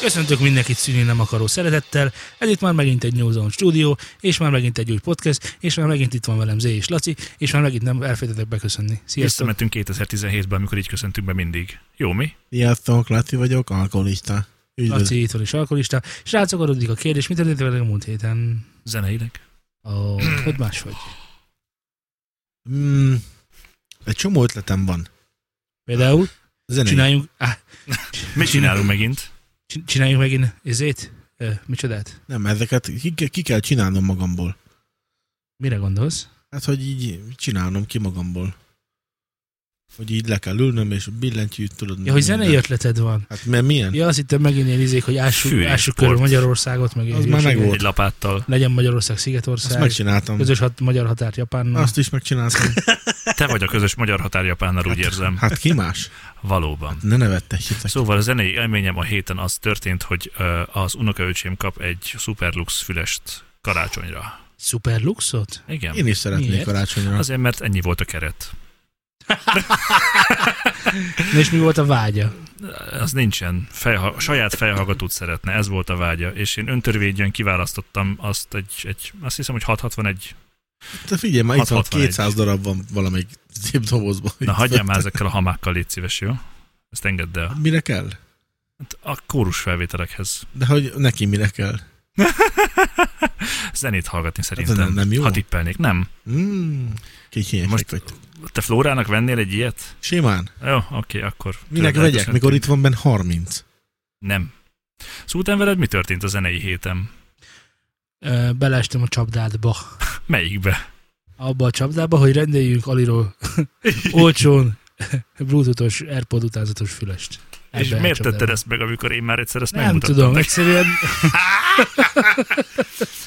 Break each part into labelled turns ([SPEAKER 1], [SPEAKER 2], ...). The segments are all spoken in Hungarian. [SPEAKER 1] Köszöntök mindenkit szülni nem akaró szeretettel. Ez itt már megint egy New Zone stúdió, és már megint egy új podcast, és már megint itt van velem Zé és Laci, és már megint nem elfelejtetek beköszönni. Sziasztok!
[SPEAKER 2] Visszamentünk 2017-ben, amikor így köszöntünk be mindig. Jó, mi?
[SPEAKER 3] Sziasztok, Laci vagyok, alkoholista. Üdvözlök.
[SPEAKER 1] Laci itt van és alkoholista. Srácok, adódik a kérdés, mi történt velem a múlt héten?
[SPEAKER 2] Zeneileg.
[SPEAKER 1] Ó, hogy máshogy?
[SPEAKER 3] Mm, egy csomó ötletem van.
[SPEAKER 1] Például
[SPEAKER 3] Zenei.
[SPEAKER 1] csináljunk, á,
[SPEAKER 2] Mit csinálunk megint?
[SPEAKER 1] csin- csináljunk megint ezét? Ö, micsodát?
[SPEAKER 3] Nem, ezeket ki, ki kell csinálnom magamból.
[SPEAKER 1] Mire gondolsz?
[SPEAKER 3] Hát, hogy így csinálnom ki magamból. Hogy így le kell ülnöm, és billentyűt tudod.
[SPEAKER 1] Ja, hogy
[SPEAKER 3] minden.
[SPEAKER 1] zenei ötleted van.
[SPEAKER 3] Hát, mert milyen?
[SPEAKER 1] Ja, azt hittem megint ilyen izék, hogy ássuk,
[SPEAKER 2] Fű,
[SPEAKER 1] ássuk
[SPEAKER 2] port.
[SPEAKER 1] körül Magyarországot, meg ilyen
[SPEAKER 3] Az már
[SPEAKER 1] hülyeségek.
[SPEAKER 3] megvolt.
[SPEAKER 2] Egy lapáttal.
[SPEAKER 1] Legyen Magyarország,
[SPEAKER 3] Azt
[SPEAKER 1] Szigetország,
[SPEAKER 3] megcsináltam.
[SPEAKER 1] közös hat, magyar határt Japánnal.
[SPEAKER 3] Azt is megcsináltam.
[SPEAKER 2] Te vagy a közös magyar határ Japánnal, úgy érzem.
[SPEAKER 3] Hát ki más?
[SPEAKER 2] Valóban.
[SPEAKER 3] Ne nevettessétek.
[SPEAKER 2] Szóval a zenei élményem a héten az történt, hogy ö, az unokaöcsém kap egy szuperlux fülest karácsonyra.
[SPEAKER 1] Szuper luxot?
[SPEAKER 2] Igen.
[SPEAKER 3] Én is szeretnék
[SPEAKER 1] Miért?
[SPEAKER 3] karácsonyra.
[SPEAKER 2] Azért, mert ennyi volt a keret.
[SPEAKER 1] Na és mi volt a vágya?
[SPEAKER 2] Az nincsen. Fejha- saját fejhallgatót szeretne, ez volt a vágya. És én öntörvényen kiválasztottam azt egy, egy azt hiszem, hogy 661.
[SPEAKER 3] Te Hát, figyelj, már itt van
[SPEAKER 2] 661.
[SPEAKER 3] 200 darab van valamelyik szép dobozban.
[SPEAKER 2] Na, hagyjál már ezekkel a hamákkal, légy szíves, jó? Ezt engedd el.
[SPEAKER 3] Mire kell?
[SPEAKER 2] Hát A kórus felvételekhez.
[SPEAKER 3] De hogy neki mire kell?
[SPEAKER 2] Zenét hallgatni szerintem.
[SPEAKER 3] Hát nem- nem jó?
[SPEAKER 2] Ha tippelnék. Nem.
[SPEAKER 3] Mm, kicsinyek
[SPEAKER 2] Most-
[SPEAKER 3] Most... vagy.
[SPEAKER 2] Te Flórának vennél egy ilyet?
[SPEAKER 3] Simán.
[SPEAKER 2] Jó, oké, akkor.
[SPEAKER 3] Minek
[SPEAKER 2] Tőled
[SPEAKER 3] vegyek, mikor itt van benne 30?
[SPEAKER 2] Nem. Szóval utána veled mi történt a zenei hétem?
[SPEAKER 1] Ö, Beleestem a csapdádba.
[SPEAKER 2] Melyikbe?
[SPEAKER 1] Abba a csapdába, hogy rendeljünk Aliról olcsón Bluetooth-os Airpod utánzatos fülest.
[SPEAKER 2] És
[SPEAKER 1] Ebbe a
[SPEAKER 2] miért
[SPEAKER 1] csapdába.
[SPEAKER 2] tetted ezt meg, amikor én már egyszer ezt
[SPEAKER 1] Nem
[SPEAKER 2] megmutattam?
[SPEAKER 1] tudom,
[SPEAKER 2] neked?
[SPEAKER 1] egyszerűen...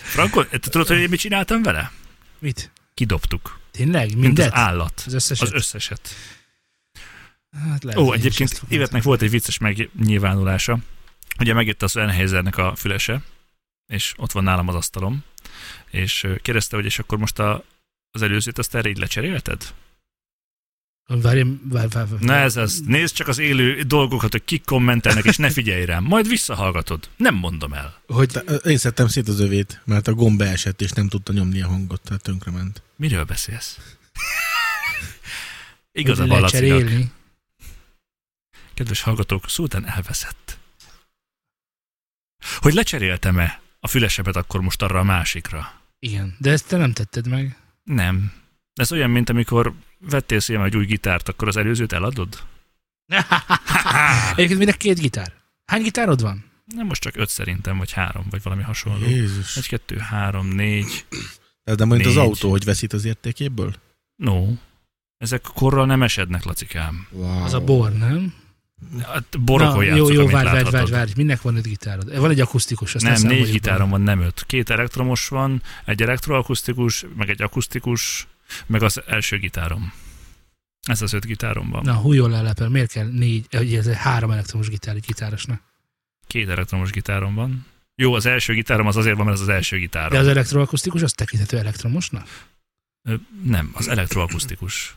[SPEAKER 2] Franko, te tudod, hogy én mit csináltam vele?
[SPEAKER 1] Mit?
[SPEAKER 2] Kidobtuk.
[SPEAKER 1] Tényleg?
[SPEAKER 2] Mint az
[SPEAKER 1] Mindet?
[SPEAKER 2] állat.
[SPEAKER 1] Az összeset?
[SPEAKER 2] Az összeset.
[SPEAKER 1] Hát lehet,
[SPEAKER 2] Ó,
[SPEAKER 1] hogy én is
[SPEAKER 2] egyébként
[SPEAKER 1] ezt fogom
[SPEAKER 2] Ivetnek volt egy vicces megnyilvánulása. Ugye megjött az Sennheisernek a fülese, és ott van nálam az asztalom, és ö, kérdezte, hogy és akkor most a, az előzőt azt erre így lecserélted?
[SPEAKER 1] tenni. Várj, várj, várj, várj.
[SPEAKER 2] Na ez az, nézd csak az élő dolgokat, hogy kik kommentelnek, és ne figyelj rám, majd visszahallgatod. Nem mondom el.
[SPEAKER 1] Hogy
[SPEAKER 3] Te, ö, én szedtem szét az övét, mert a gomb esett, és nem tudta nyomni a hangot, tehát tönkrement.
[SPEAKER 2] Miről beszélsz?
[SPEAKER 1] hogy
[SPEAKER 2] Igaza van Lacinak.
[SPEAKER 1] lecserélni.
[SPEAKER 2] Kedves hallgatók, szó után elveszett. Hogy lecseréltem-e a fülesemet akkor most arra a másikra?
[SPEAKER 1] Igen, de ezt te nem tetted meg.
[SPEAKER 2] Nem. Ez olyan, mint amikor vettél szépen egy új gitárt, akkor az előzőt eladod?
[SPEAKER 1] Egyébként mind két gitár. Hány gitárod van?
[SPEAKER 2] Nem most csak öt szerintem, vagy három, vagy valami hasonló.
[SPEAKER 3] Jézus.
[SPEAKER 2] Egy, kettő, három, négy.
[SPEAKER 3] Tehát de majd az
[SPEAKER 2] Négy.
[SPEAKER 3] autó, hogy veszít az értékéből?
[SPEAKER 2] No. Ezek korral nem esednek, Lacikám.
[SPEAKER 3] Wow.
[SPEAKER 1] Az a bor, nem?
[SPEAKER 2] Hát borokon játszok,
[SPEAKER 1] jó, jó,
[SPEAKER 2] amit
[SPEAKER 1] várj, várj,
[SPEAKER 2] láthatod.
[SPEAKER 1] várj, várj, minek van öt gitárod? Van egy akusztikus, azt
[SPEAKER 2] Nem,
[SPEAKER 1] ne
[SPEAKER 2] négy
[SPEAKER 1] számoljuk
[SPEAKER 2] gitárom van, nem öt. Két elektromos van, egy elektroakusztikus, meg egy akusztikus, meg az első gitárom. Ez az öt gitárom van.
[SPEAKER 1] bele. Na, hújjon le lepel, miért kell négy, eh, ugye ez egy három elektromos gitár egy gitárosnak?
[SPEAKER 2] Két elektromos gitárom van. Jó, az első gitárom az azért van, mert ez az első gitárom.
[SPEAKER 1] De az elektroakusztikus, az tekinthető elektromosnak?
[SPEAKER 2] Ö, Nem, az elektroakusztikus.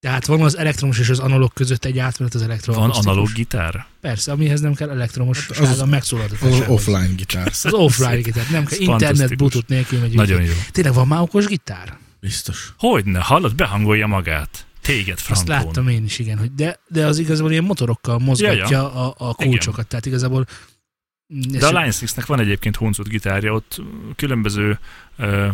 [SPEAKER 1] Tehát van az elektromos és az analóg között egy átmenet az
[SPEAKER 2] Van
[SPEAKER 1] elektroakusztikus.
[SPEAKER 2] analóg gitár?
[SPEAKER 1] Persze, amihez nem kell elektromos
[SPEAKER 3] Hát
[SPEAKER 1] hát
[SPEAKER 3] az-
[SPEAKER 1] az, megszólaltatás.
[SPEAKER 3] Az offline gitár.
[SPEAKER 1] Az offline gitár, nem kell
[SPEAKER 2] Ez
[SPEAKER 1] internet,
[SPEAKER 2] fantasztikus.
[SPEAKER 1] bluetooth nélkül megyünk.
[SPEAKER 2] Nagyon jó.
[SPEAKER 1] Tényleg van már okos gitár?
[SPEAKER 3] Biztos.
[SPEAKER 2] Hogyne, hallod, behangolja magát. Téged,
[SPEAKER 1] Azt
[SPEAKER 2] Frankón.
[SPEAKER 1] láttam én is, igen, hogy de, de az igazából ilyen motorokkal mozgatja
[SPEAKER 2] Ja, ja.
[SPEAKER 1] A, a kulcsokat, tehát igazából mm,
[SPEAKER 2] De
[SPEAKER 1] ezt-
[SPEAKER 2] a Line 6-nek van egyébként huncut gitárja, ott különböző ö,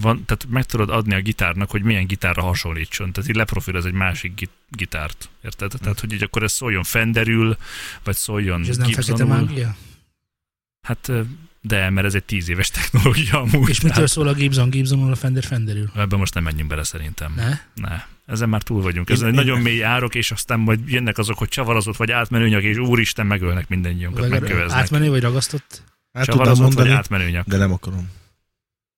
[SPEAKER 2] van, tehát meg tudod adni a gitárnak, hogy milyen gitárra hasonlítson. Tehát így leprofiloz egy másik git- gitárt. Érted? Tehát, hogy így akkor ez szóljon Fenderül, vagy szóljon
[SPEAKER 1] és ez nem fekete
[SPEAKER 2] Gibsonul.
[SPEAKER 1] mágia?
[SPEAKER 2] Hát, ö, de, mert ez egy tíz éves technológia amúgy.
[SPEAKER 1] És mitől szól a Gibson Gibsonul a Fender Fenderül?
[SPEAKER 2] Ebben most nem menjünk bele szerintem.
[SPEAKER 1] Ne?
[SPEAKER 2] Ne, ezen már túl vagyunk.
[SPEAKER 3] Én-
[SPEAKER 2] Ezen egy
[SPEAKER 3] én-
[SPEAKER 2] nagyon mély árok, és aztán majd jönnek azok, hogy csavarozott vagy átmenőnyak, és úristen, megölnek mindannyiunkat,
[SPEAKER 1] Vagy
[SPEAKER 2] megköveznek.
[SPEAKER 1] átmenő vagy ragasztott?
[SPEAKER 3] Hát tudtam
[SPEAKER 2] csavarozott vagy
[SPEAKER 3] mondani,
[SPEAKER 2] átmenőnyak.
[SPEAKER 3] de nem akarom.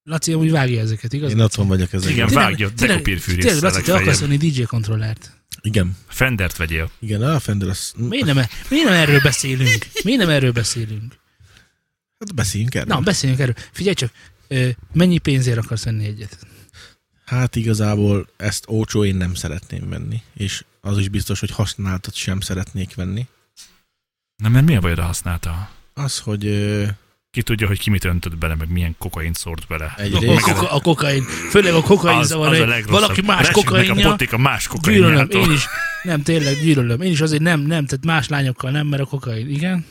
[SPEAKER 1] Laci amúgy vágja ezeket, igaz?
[SPEAKER 3] Én otthon vagyok ezek.
[SPEAKER 2] Igen,
[SPEAKER 1] Tényleg-
[SPEAKER 2] vágja,
[SPEAKER 1] tényleg-
[SPEAKER 2] dekopírfűrész
[SPEAKER 1] Tényleg, Laci, te
[SPEAKER 2] legfeljebb.
[SPEAKER 1] akarsz venni DJ kontrollert.
[SPEAKER 3] Igen.
[SPEAKER 2] Fendert vegyél.
[SPEAKER 3] Igen, a Fender az...
[SPEAKER 1] Miért nem, e- miért nem erről beszélünk? Miért nem erről beszélünk?
[SPEAKER 3] Hát beszéljünk erről.
[SPEAKER 1] Na, beszéljünk erről. Figyelj csak, ö, mennyi pénzért akarsz venni egyet?
[SPEAKER 3] Hát igazából ezt olcsó én nem szeretném venni, és az is biztos, hogy használtat sem szeretnék venni.
[SPEAKER 2] Nem, mert mi a bajod a használta?
[SPEAKER 3] az, hogy ö,
[SPEAKER 1] Hát,
[SPEAKER 2] Ki tudja, hogy ki mit öntött bele, meg milyen kokain szórt bele.
[SPEAKER 3] egy
[SPEAKER 1] A,
[SPEAKER 3] rész,
[SPEAKER 1] koka, a kokain, főleg a kokain
[SPEAKER 2] az, az a
[SPEAKER 1] zavar, hogy
[SPEAKER 2] legrosszabb.
[SPEAKER 1] valaki más
[SPEAKER 2] Resik meg a
[SPEAKER 1] kokainja,
[SPEAKER 2] potik a más
[SPEAKER 1] gyűlölöm, én
[SPEAKER 2] kokainjától.
[SPEAKER 1] is, nem tényleg gyűlölöm, én is azért nem, nem, tehát más lányokkal nem, mert a kokain, igen.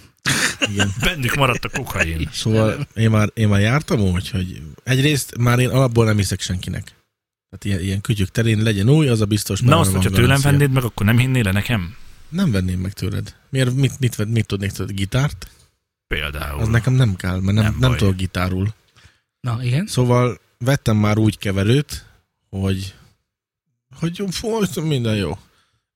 [SPEAKER 3] igen.
[SPEAKER 2] Bennük maradt a kokain.
[SPEAKER 3] Szóval én már, én már jártam úgy, hogy egyrészt már én alapból nem hiszek senkinek. Tehát ilyen, ilyen kütyük terén legyen új, az a biztos.
[SPEAKER 2] Na
[SPEAKER 3] már
[SPEAKER 2] azt,
[SPEAKER 3] van
[SPEAKER 2] hogyha tőlem
[SPEAKER 3] garancia.
[SPEAKER 2] vennéd meg, akkor nem hinnél nekem?
[SPEAKER 3] Nem venném meg tőled. Miért, mit, mit, mit, mit tudnék tőled? Gitárt?
[SPEAKER 2] Például.
[SPEAKER 3] Az nekem nem kell, mert nem,
[SPEAKER 2] Nem
[SPEAKER 3] nem, nem
[SPEAKER 2] baj.
[SPEAKER 3] tudok gitárul.
[SPEAKER 1] Na, igen.
[SPEAKER 3] Szóval vettem már úgy keverőt, hogy hogy jó, volt minden jó.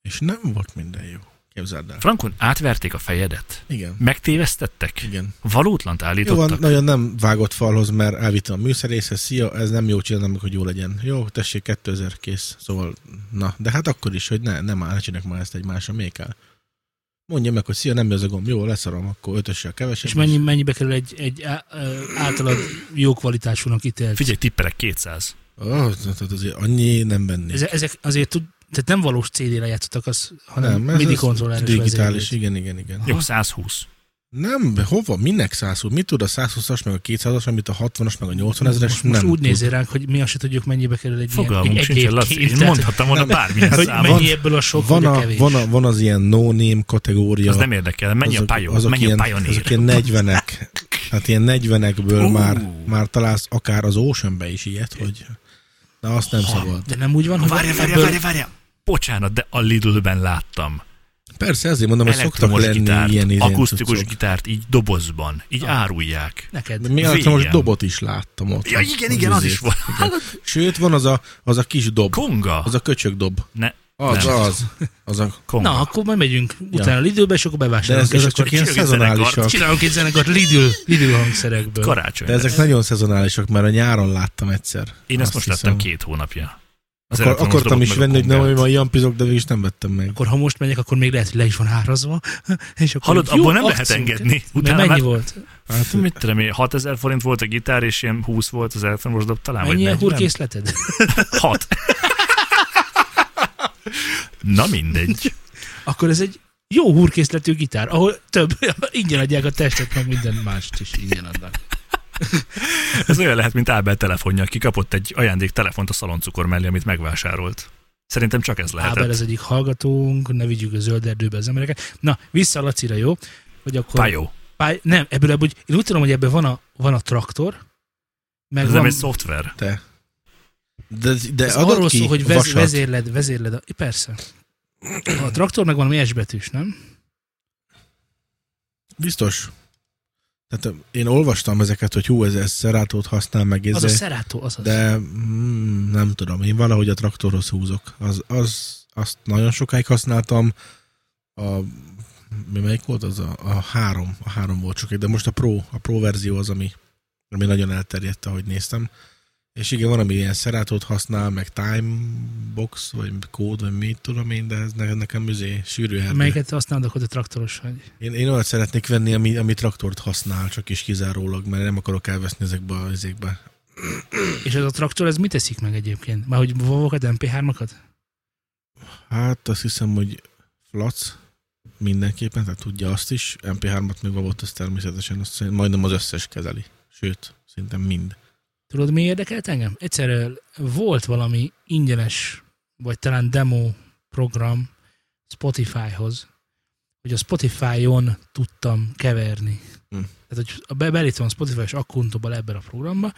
[SPEAKER 3] És nem volt minden jó. Képzeld el.
[SPEAKER 2] Frankon átverték a fejedet?
[SPEAKER 3] Igen.
[SPEAKER 2] Megtévesztettek?
[SPEAKER 3] Igen.
[SPEAKER 2] Valótlant
[SPEAKER 3] Jó, van,
[SPEAKER 2] állítottak?
[SPEAKER 3] nagyon nem vágott falhoz, mert elvittem a műszerészhez, szia, ez nem jó, csinálom, meg, hogy jó legyen. Jó, tessék, 2000 kész. Szóval, na, de hát akkor is, hogy ne, nem áll, ne csinálják már ezt egy másra, még kell. Mondja meg, hogy szia, nem ez a gomb, jó, leszarom, akkor ötössel kevesebb.
[SPEAKER 1] És mennyi, mennyibe kerül egy, egy á- ö, általad jó kvalitásúnak ítélt?
[SPEAKER 2] Figyelj, tippelek 200.
[SPEAKER 3] Oh, tehát azért annyi nem venni.
[SPEAKER 1] Eze- Ezek azért tud, tehát nem valós CD-re játszottak, az, hanem
[SPEAKER 3] ez-
[SPEAKER 1] MIDI
[SPEAKER 3] ez
[SPEAKER 1] kontrolleres
[SPEAKER 3] Digitális,
[SPEAKER 1] vezérlés.
[SPEAKER 3] igen, igen, igen.
[SPEAKER 2] Jó, 120.
[SPEAKER 3] Nem, de hova, minek 120? Mit tud a 120-as, meg a 200-as, amit a 60-as, meg a 80 ezeres
[SPEAKER 1] Most, most
[SPEAKER 3] nem
[SPEAKER 1] úgy
[SPEAKER 3] tud.
[SPEAKER 1] nézzél ránk, hogy mi azt se tudjuk, mennyibe kerül egy
[SPEAKER 2] Fogalmunk
[SPEAKER 1] ilyen, egy, egy
[SPEAKER 2] sincs, Laci.
[SPEAKER 1] év
[SPEAKER 2] Én
[SPEAKER 1] kép, tehát,
[SPEAKER 2] mondhattam volna bármilyen
[SPEAKER 1] hogy
[SPEAKER 2] számot.
[SPEAKER 1] mennyi ebből a sok,
[SPEAKER 3] Van,
[SPEAKER 1] vagy a
[SPEAKER 3] a,
[SPEAKER 1] kevés.
[SPEAKER 3] van, a, van az ilyen no-name kategória.
[SPEAKER 2] Az nem érdekel. Mennyi a
[SPEAKER 3] azok-
[SPEAKER 2] Pioneer? Mennyi a
[SPEAKER 3] ilyen, Azok
[SPEAKER 2] Pioneer?
[SPEAKER 3] ilyen 40-ek. Hát ilyen 40-ekből
[SPEAKER 2] Ú.
[SPEAKER 3] már, már találsz akár az Oceanbe is ilyet, hogy na azt nem szabad.
[SPEAKER 1] De nem úgy van, hogy
[SPEAKER 2] Várja, várja,
[SPEAKER 1] ebből-
[SPEAKER 2] várja, várja. Bocsánat, de a Lidl-ben láttam.
[SPEAKER 3] Persze, ezért mondom, hogy szoktak
[SPEAKER 2] Elektromos
[SPEAKER 3] lenni
[SPEAKER 2] gitárt,
[SPEAKER 3] ilyen izé- izén
[SPEAKER 2] akusztikus
[SPEAKER 3] cuccok. Ah.
[SPEAKER 2] gitárt, így dobozban, így árulják.
[SPEAKER 1] Neked.
[SPEAKER 3] De mi elektromos
[SPEAKER 2] Végem.
[SPEAKER 3] dobot is láttam ott.
[SPEAKER 2] Ja, igen, igen, az
[SPEAKER 3] izé.
[SPEAKER 2] is volt.
[SPEAKER 3] Sőt, van az a, az a kis dob,
[SPEAKER 2] Konga.
[SPEAKER 3] az a köcsög dob.
[SPEAKER 2] Ne,
[SPEAKER 3] Az,
[SPEAKER 2] nem.
[SPEAKER 3] az. az a,
[SPEAKER 2] konga.
[SPEAKER 1] Na, akkor majd megyünk utána Lidlbe, és akkor
[SPEAKER 3] de
[SPEAKER 1] bevásárolunk.
[SPEAKER 3] ez,
[SPEAKER 1] és
[SPEAKER 3] ezek
[SPEAKER 1] akkor
[SPEAKER 3] csak ilyen
[SPEAKER 2] csináljuk
[SPEAKER 3] szezonálisak.
[SPEAKER 1] csinálunk egy zenekart Lidl, Lidl hangszerekből.
[SPEAKER 2] Karácsony.
[SPEAKER 3] De ezek nagyon szezonálisak, mert a nyáron láttam egyszer.
[SPEAKER 2] Én ezt
[SPEAKER 3] Azt
[SPEAKER 2] most
[SPEAKER 3] hiszem.
[SPEAKER 2] vettem két hónapja. Az
[SPEAKER 3] Akar,
[SPEAKER 2] elektromos
[SPEAKER 3] akartam
[SPEAKER 2] dobot
[SPEAKER 3] is
[SPEAKER 2] meg a
[SPEAKER 3] venni, hogy nem
[SPEAKER 2] kongát.
[SPEAKER 3] olyan olyan pizok, de végig is nem vettem meg.
[SPEAKER 1] Akkor ha most megyek, akkor még lehet, hogy le is van árazva. És akkor
[SPEAKER 2] Hallod,
[SPEAKER 1] így, jó,
[SPEAKER 2] abból nem lehet
[SPEAKER 1] akciók.
[SPEAKER 2] engedni.
[SPEAKER 1] Mert
[SPEAKER 2] Utána
[SPEAKER 1] mennyi
[SPEAKER 2] már,
[SPEAKER 1] volt?
[SPEAKER 3] Hát,
[SPEAKER 2] mit tudom én, 6000 forint volt a gitár, és ilyen 20 volt az elektromos dob, talán vagy
[SPEAKER 1] Mennyi a
[SPEAKER 2] 40?
[SPEAKER 1] hurkészleted?
[SPEAKER 2] 6. Na mindegy.
[SPEAKER 1] Akkor ez egy jó hurkészletű gitár, ahol több, ingyen adják a testet, meg minden mást is ingyen adnak.
[SPEAKER 2] Ez olyan lehet, mint Ábel telefonja, aki kapott egy ajándéktelefont a szaloncukor mellé, amit megvásárolt. Szerintem csak ez lehetett.
[SPEAKER 1] Ábel az egyik hallgatónk, ne vigyük a zöld erdőbe az embereket. Na, vissza a Lacira, jó? Hogy akkor...
[SPEAKER 2] Pajó.
[SPEAKER 1] Pály... Nem, ebből ebből, úgy- én úgy tudom, hogy ebben van a, van a traktor, meg
[SPEAKER 2] Ez
[SPEAKER 1] van,
[SPEAKER 2] nem egy szoftver.
[SPEAKER 3] Te. De, de
[SPEAKER 1] ez
[SPEAKER 3] adod
[SPEAKER 1] arról
[SPEAKER 3] ki
[SPEAKER 1] szól, hogy vez,
[SPEAKER 3] vasat.
[SPEAKER 1] vezérled, vezérled. A, persze. A traktor meg valami S betűs, nem?
[SPEAKER 3] Biztos. Tehát én olvastam ezeket, hogy hú, ez, ez szerátót használ meg, ez
[SPEAKER 1] Az a szerátó, az az.
[SPEAKER 3] Izé. de mm, nem tudom, én valahogy a traktorhoz húzok. Az, az, azt nagyon sokáig használtam. A, mi melyik volt az? A, a három. A három volt sokáig, de most a Pro, a Pro verzió az, ami, ami nagyon elterjedt, ahogy néztem. És igen, van, ami ilyen szerátot használ, meg Timebox, vagy kód, vagy mit tudom én, de ez ne- nekem műzé sűrű erdő.
[SPEAKER 1] Melyiket használod, akkor a traktoros vagy.
[SPEAKER 3] Én, én olyat szeretnék venni, ami, ami traktort használ, csak is kizárólag, mert nem akarok elveszni ezekbe a izékbe.
[SPEAKER 1] És ez a traktor, ez mit teszik meg egyébként? Már hogy vovokat, MP3-akat?
[SPEAKER 3] Hát azt hiszem, hogy Flac mindenképpen, tehát tudja azt is. MP3-at még volt, az természetesen azt szerint majdnem az összes kezeli. Sőt, szinte mind.
[SPEAKER 1] Tudod, mi érdekelt engem? Egyszerűen volt valami ingyenes, vagy talán demo program Spotifyhoz, hogy a Spotify-on tudtam keverni.
[SPEAKER 3] Hm.
[SPEAKER 1] Tehát, hogy a be- beállítom a Spotify-os akkuntomból ebben a programba,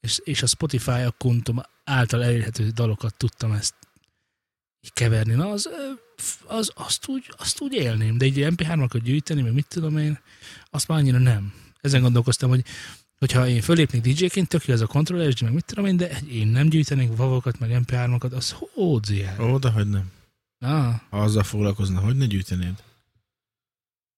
[SPEAKER 1] és, és a Spotify akkuntom által elérhető dalokat tudtam ezt így keverni. Na, az, ö, f- az, azt, úgy, azt úgy élném, de így MP3-akat gyűjteni, meg mit tudom én, azt már annyira nem. Ezen gondolkoztam, hogy hogyha én fölépnék DJ-ként, tök jó ez a kontroller, meg mit tudom én, de én nem gyűjtenék vavokat, meg MP3-okat, az hódzi el.
[SPEAKER 3] Ó, de hogy nem.
[SPEAKER 1] Na,
[SPEAKER 3] Ha azzal foglalkozna, hogy ne gyűjtenéd?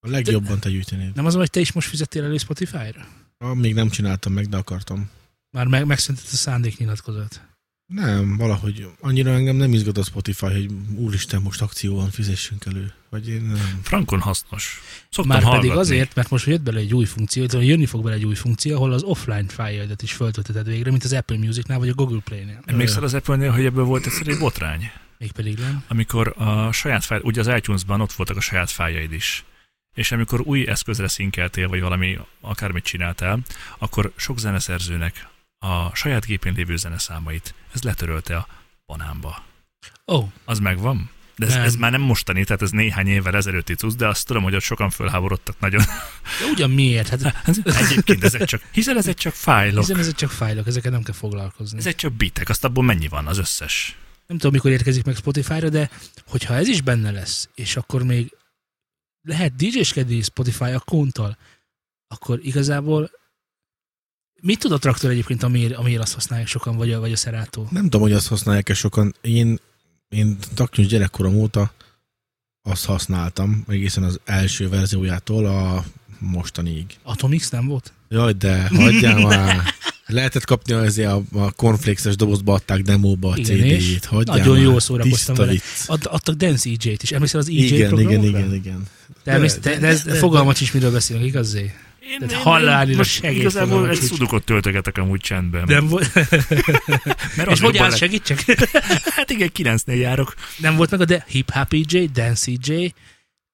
[SPEAKER 3] A legjobban te gyűjtenéd.
[SPEAKER 1] nem az, hogy te is most fizettél elő Spotify-ra?
[SPEAKER 3] Ah, még nem csináltam meg, de akartam.
[SPEAKER 1] Már meg, megszentett a szándéknyilatkozat.
[SPEAKER 3] Nem, valahogy annyira engem nem izgat a Spotify, hogy úristen, most akcióban fizessünk elő. Vagy én nem.
[SPEAKER 2] Frankon hasznos. Szoktam
[SPEAKER 1] Már
[SPEAKER 2] hallgatni.
[SPEAKER 1] pedig azért, mert most jött bele egy új funkció, tehát jönni fog bele egy új funkció, ahol az offline fájljedet is föltölteted végre, mint az Apple Music-nál vagy a Google Play-nél.
[SPEAKER 2] Emlékszel az Apple-nél, hogy ebből volt egyszer egy botrány?
[SPEAKER 1] Mégpedig nem.
[SPEAKER 2] Amikor a saját fáj, ugye az iTunes-ban ott voltak a saját fájjaid is. és amikor új eszközre szinkeltél, vagy valami akármit csináltál, akkor sok zeneszerzőnek a saját gépén lévő zeneszámait, ez letörölte a banánba.
[SPEAKER 1] Ó, oh,
[SPEAKER 2] Az megvan? De ez, ez
[SPEAKER 1] Nem.
[SPEAKER 2] már nem mostani, tehát ez néhány évvel ezelőtti cucc, de azt tudom, hogy ott sokan fölháborodtak nagyon.
[SPEAKER 1] de ugyan miért? Hát
[SPEAKER 2] Egyébként ezek csak, hiszen ezek csak fájlok,
[SPEAKER 1] hiszen ezek csak fájlok, ezeket nem kell foglalkozni.
[SPEAKER 2] ezek csak bitek, azt abból mennyi van az összes?
[SPEAKER 1] nem tudom, mikor érkezik meg Spotify-ra, de hogyha ez is benne lesz, és akkor még lehet DJ-skedni Spotify akkonttal, akkor igazából mit tud a traktor egyébként, amiért, amiért azt használják sokan, vagy a, vagy a szerátó?
[SPEAKER 3] Nem tudom, hogy azt használják-e sokan. Én, én taknyos gyerekkorom óta azt használtam, egészen az első verziójától a mostaniig.
[SPEAKER 1] Atomix nem volt?
[SPEAKER 3] Jaj, de hagyjál már! Lehetett kapni azért a, a cornflakes dobozba adták demóba a
[SPEAKER 1] Igen, és?
[SPEAKER 3] CD-jét. Hagyjál
[SPEAKER 1] Nagyon
[SPEAKER 3] már.
[SPEAKER 1] jól szórakoztam
[SPEAKER 3] Tiszta
[SPEAKER 1] vele.
[SPEAKER 3] vicc.
[SPEAKER 1] Ad, adtak Dance EJ-t is. Emlékszel az EJ
[SPEAKER 3] Igen,
[SPEAKER 1] programokra?
[SPEAKER 3] igen, igen, igen.
[SPEAKER 1] De, emlékszel- de, de, de, de, fogalmat sincs, miről beszélünk, igaz Zé?
[SPEAKER 2] Én,
[SPEAKER 1] Tehát halálira
[SPEAKER 2] most
[SPEAKER 1] segély
[SPEAKER 2] Igazából
[SPEAKER 1] fogalmam
[SPEAKER 2] egy
[SPEAKER 1] sincs.
[SPEAKER 2] szudokot töltögetek amúgy csendben.
[SPEAKER 1] Nem volt,
[SPEAKER 2] mert
[SPEAKER 1] és hogy
[SPEAKER 2] az jobban
[SPEAKER 1] áll,
[SPEAKER 2] lett.
[SPEAKER 1] segítsek?
[SPEAKER 2] Hát igen, 9-nél járok.
[SPEAKER 1] Nem volt meg a de Hip Hop EJ, Dance EJ,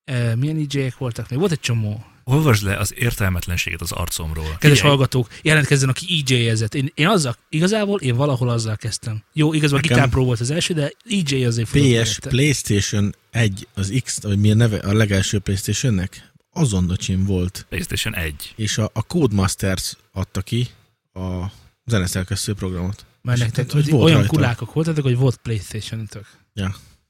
[SPEAKER 1] eh, milyen EJ-ek voltak még? Volt egy csomó.
[SPEAKER 2] Olvasd le az értelmetlenséget az arcomról.
[SPEAKER 1] Kedves
[SPEAKER 2] Figyelj,
[SPEAKER 1] hallgatók, jelentkezzen, aki EJ-ezett. Én, én azzal, igazából én valahol azzal kezdtem. Jó, igazából a
[SPEAKER 3] Nekem-
[SPEAKER 1] Guitar Pro volt az első, de EJ azért futott
[SPEAKER 3] PS,
[SPEAKER 1] mellette.
[SPEAKER 3] PlayStation 1, az X, vagy mi a neve, a legelső PlayStationnek, azon docsim volt.
[SPEAKER 2] PlayStation 1.
[SPEAKER 3] És a, a Codemasters adta ki a zeneszerkesztő programot.
[SPEAKER 1] Mert
[SPEAKER 3] és
[SPEAKER 1] nektek
[SPEAKER 3] tehát, hogy
[SPEAKER 1] hogy
[SPEAKER 3] volt
[SPEAKER 1] olyan
[SPEAKER 3] rajta.
[SPEAKER 1] kulákok voltatok, hogy volt playstation -tök.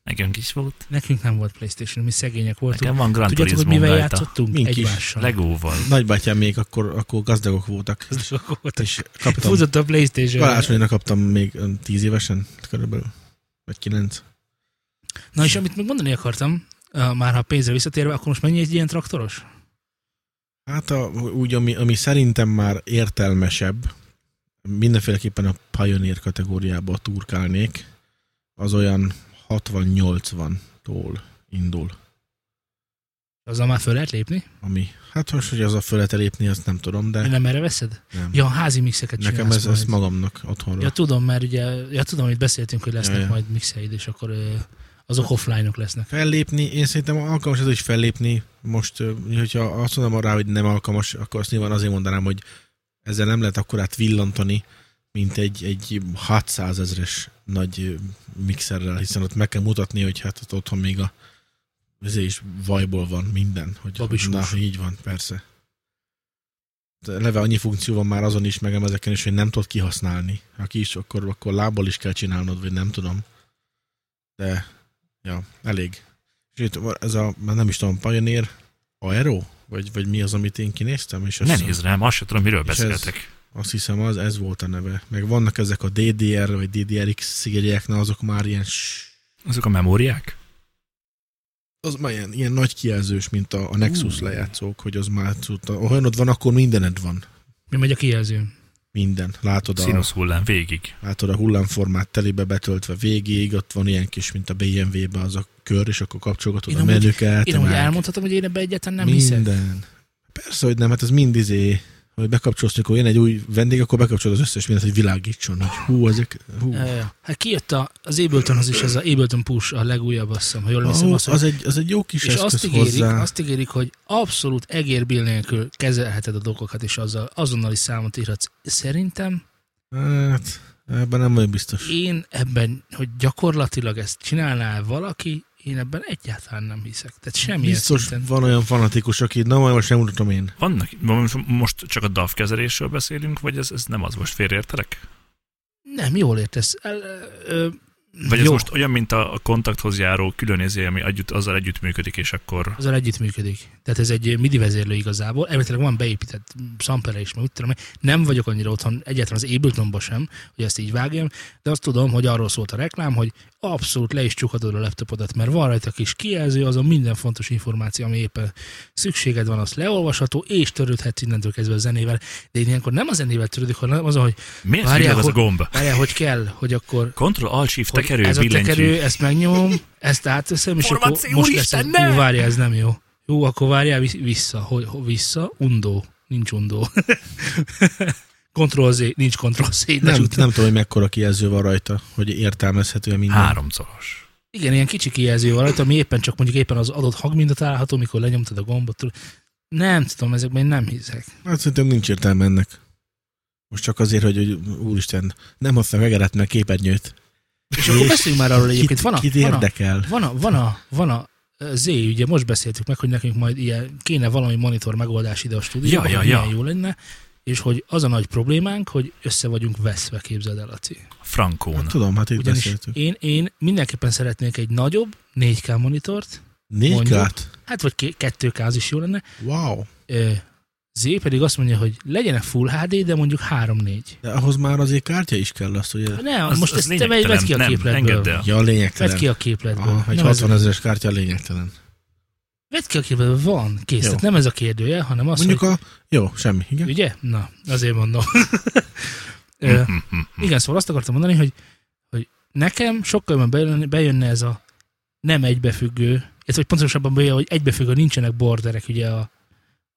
[SPEAKER 2] Nekünk is volt.
[SPEAKER 1] Nekünk nem volt Playstation, mi szegények voltunk.
[SPEAKER 2] Nekem van Gran
[SPEAKER 1] Tudjátok, hogy
[SPEAKER 2] Turismo
[SPEAKER 1] mivel
[SPEAKER 2] rajta.
[SPEAKER 1] játszottunk?
[SPEAKER 3] Mink is.
[SPEAKER 1] Egymással.
[SPEAKER 2] Legóval.
[SPEAKER 3] Nagybátyám még akkor, akkor gazdagok voltak.
[SPEAKER 1] Gazdagok voltak.
[SPEAKER 3] És kaptam,
[SPEAKER 1] Fúzott a Playstation.
[SPEAKER 3] karácsonyra kaptam még öm, 10 évesen körülbelül, vagy 9.
[SPEAKER 1] Na és amit még mondani akartam, eh, már ha pénzre visszatérve, akkor most mennyi egy ilyen traktoros?
[SPEAKER 3] Hát a, úgy, ami, ami szerintem már értelmesebb, mindenféleképpen a Pioneer kategóriába turkálnék, az olyan 60-80-tól indul.
[SPEAKER 1] Azzal már föl lehet lépni?
[SPEAKER 3] Ami, hát most, hogy az a fölete lépni, azt nem tudom, de
[SPEAKER 1] Nem erre veszed?
[SPEAKER 3] nem.
[SPEAKER 1] Ja, a házi mixeket
[SPEAKER 3] Nekem
[SPEAKER 1] csinálsz
[SPEAKER 3] ez,
[SPEAKER 1] majd.
[SPEAKER 3] ez magamnak otthonra.
[SPEAKER 1] Ja, tudom, mert ugye, ja, tudom, hogy beszéltünk, hogy lesznek
[SPEAKER 3] Ja,
[SPEAKER 1] ja, ja.
[SPEAKER 3] ja.
[SPEAKER 1] majd mixeid, és akkor ö, azok offline-ok lesznek.
[SPEAKER 3] Fellépni, én szerintem alkalmas ez is fellépni. Most, ö, hogyha azt mondom rá, hogy nem alkalmas, akkor azt nyilván azért mondanám, hogy ezzel nem lehet akkorát villantani, mint egy, egy 600 ezres nagy ö, mixerrel, hiszen ott meg kell mutatni, hogy hát ott otthon még a ez is vajból van minden. Hogy,
[SPEAKER 1] Babis
[SPEAKER 3] na,
[SPEAKER 1] hús.
[SPEAKER 3] így van, persze. De Leve annyi funkció van már azon is, meg ezeken is, hogy nem tudod kihasználni. Ha ki is, akkor, akkor lábbal is kell csinálnod, vagy nem tudom. De, ja, elég. Sőt, ez a, már nem is tudom, Pioneer Aero? Vagy, vagy mi az, amit én kinéztem? És
[SPEAKER 2] Ne
[SPEAKER 3] azt-
[SPEAKER 2] nézd rám, azt sem tudom, miről
[SPEAKER 3] És
[SPEAKER 2] beszéltek.
[SPEAKER 3] azt hiszem az, ez volt a neve. Meg vannak ezek a DDR vagy DDRX szigeriek, na azok már ilyen s-
[SPEAKER 2] Azok a memóriák?
[SPEAKER 3] az már ilyen, ilyen nagy kijelzős, mint a, a Nexus
[SPEAKER 2] Ú.
[SPEAKER 3] lejátszók, hogy az már tudta, ha olyanod van, akkor mindened van.
[SPEAKER 1] Mi megy a kijelző?
[SPEAKER 3] Minden. Látod a,
[SPEAKER 2] Színusz hullám végig.
[SPEAKER 3] látod a hullámformát telibe betöltve végig, ott van ilyen kis, mint a BMW-ben az a kör, és akkor kapcsolgatod
[SPEAKER 1] Én
[SPEAKER 3] a
[SPEAKER 1] amúgy-
[SPEAKER 3] menüket.
[SPEAKER 1] Én amúgy
[SPEAKER 3] Hát meg
[SPEAKER 1] elmondhatom, hogy én ebbe egyáltalán nem hiszek.
[SPEAKER 3] minden. Persze, hogy nem, hát ez mind izé, hogy bekapcsolsz, mikor jön egy új vendég, akkor bekapcsolod az összes mindent, hogy világítson, hogy hú, ezek, hú.
[SPEAKER 1] Ö, Hát kijött a, az Abletonhoz is ez a Ableton Push, a legújabb, azt hiszem, ha jól emlékszem,
[SPEAKER 3] Ahó,
[SPEAKER 1] azt,
[SPEAKER 3] az, egy, az egy jó kis
[SPEAKER 1] és
[SPEAKER 3] eszköz
[SPEAKER 1] azt ígérik,
[SPEAKER 3] hozzá.
[SPEAKER 1] azt ígérik, hogy abszolút egérbill nélkül kezelheted a dolgokat, és azzal azonnali számot írhatsz. Szerintem
[SPEAKER 3] Hát, ebben nem vagyok biztos.
[SPEAKER 1] én ebben, hogy gyakorlatilag ezt csinálná valaki, én ebben egyáltalán nem hiszek. Tehát semmilyen
[SPEAKER 3] Biztos
[SPEAKER 1] szinten.
[SPEAKER 3] van olyan fanatikus, aki, na majd most nem mutatom én.
[SPEAKER 2] Vannak, most- most csak a DAV kezelésről beszélünk, vagy ez, ez nem az most félreértelek?
[SPEAKER 1] Nem, jól értesz. El, ö,
[SPEAKER 2] Vagy
[SPEAKER 1] jó,
[SPEAKER 2] ez most olyan, mint a a kontakthoz járó külön izé, ami együtt, azzal együtt működik, és akkor
[SPEAKER 1] azzal együttműködik. Tehát ez egy MIDI vezérlő igazából. Elméletileg van beépített szampere is, meg úgy tudom, én. nem vagyok annyira otthon, egyáltalán az ableton sem, hogy ezt így vágjam, de azt tudom, hogy arról szólt a reklám, hogy abszolút le is csukhatod a laptopodat, mert van rajta kis kijelző, azon minden fontos információ, ami éppen szükséged van, az leolvasható, és törődhetsz innentől kezdve a zenével. De én ilyenkor nem a zenével törődik, hanem az, hogy
[SPEAKER 2] miért
[SPEAKER 1] Várjál,
[SPEAKER 2] figyel az a
[SPEAKER 1] hogy-
[SPEAKER 2] gomb?
[SPEAKER 1] várjál, hogy kell, hogy akkor
[SPEAKER 2] Ctrl Alt Shift
[SPEAKER 1] hogy
[SPEAKER 2] tekerő,
[SPEAKER 1] ez a
[SPEAKER 2] billentyű.
[SPEAKER 1] tekerő, ezt megnyomom, ezt átveszem, és akkor
[SPEAKER 2] Formáció,
[SPEAKER 1] most lesz
[SPEAKER 2] Úristen,
[SPEAKER 1] ez,
[SPEAKER 2] ne!
[SPEAKER 1] ú, várjál, ez nem jó. Jó, akkor várjál vi- vissza, hogy ho- vissza, undó, nincs undó. Ctrl Z, nincs Ctrl C, de
[SPEAKER 3] Nem,
[SPEAKER 1] nem,
[SPEAKER 3] nem tudom, hogy mekkora kijelző van rajta, hogy értelmezhető-e minden.
[SPEAKER 2] Háromszoros.
[SPEAKER 1] Igen, ilyen kicsi kijelző van rajta, ami éppen csak mondjuk éppen az adott hangminta található, mikor lenyomtad a gombot. Tudod. Nem tudom, ezekben én nem hiszek.
[SPEAKER 3] Hát szerintem nincs értelme ennek. Most csak azért, hogy, hogy úristen, nem használ megeretni a képernyőt.
[SPEAKER 1] És akkor beszéljünk már arról egyébként. Van a,
[SPEAKER 3] kit
[SPEAKER 1] van a,
[SPEAKER 3] érdekel?
[SPEAKER 1] van a, van a, van a ö, Z, ugye most beszéltük meg, hogy nekünk majd ilyen, kéne valami monitor megoldás ide a stúdióba,
[SPEAKER 2] Ja, ja,
[SPEAKER 1] hogy
[SPEAKER 2] ja.
[SPEAKER 1] milyen jó lenne, és hogy az a nagy problémánk, hogy össze vagyunk veszve, képzeld el, Laci.
[SPEAKER 2] Frankón.
[SPEAKER 3] Hát, tudom, hát itt
[SPEAKER 1] Ugyanis
[SPEAKER 3] beszéltük.
[SPEAKER 1] én, én mindenképpen szeretnék egy nagyobb 4K monitort,
[SPEAKER 3] Négy
[SPEAKER 1] mondjuk.
[SPEAKER 3] kát?
[SPEAKER 1] hát vagy ké- 2K az is jó lenne.
[SPEAKER 3] Wow.
[SPEAKER 1] Ö, Z pedig azt mondja, hogy legyenek Full HD, de mondjuk 3-4.
[SPEAKER 3] De ahhoz már azért kártya is kell azt, hogy...
[SPEAKER 1] Ne,
[SPEAKER 2] Az-
[SPEAKER 1] most
[SPEAKER 2] az
[SPEAKER 1] ezt te
[SPEAKER 2] lényegtelen.
[SPEAKER 1] vegy- vedd ki a
[SPEAKER 2] Nem,
[SPEAKER 1] képletből.
[SPEAKER 2] engedd el.
[SPEAKER 3] Ja,
[SPEAKER 1] Vedd
[SPEAKER 3] lényegtelen.
[SPEAKER 1] ki a képletből.
[SPEAKER 3] Aha, egy
[SPEAKER 1] Nem ez-
[SPEAKER 3] 60 ezeres kártya lényegtelen.
[SPEAKER 1] Vedd ki a képletből, van, kész.
[SPEAKER 3] Jó.
[SPEAKER 1] Tehát nem ez a kérdője, hanem az,
[SPEAKER 3] Mondjuk
[SPEAKER 1] hogy...
[SPEAKER 3] a... Jó, semmi, igen.
[SPEAKER 1] Ugye? Na, azért mondom. Ö,
[SPEAKER 2] Hm,
[SPEAKER 1] Igen, szóval azt akartam mondani, hogy, hogy nekem sokkal jobban bejönne, bejönne ez a nem egybefüggő, ez vagy pontosabban bejön, hogy egybefüggő, nincsenek borderek, ugye a,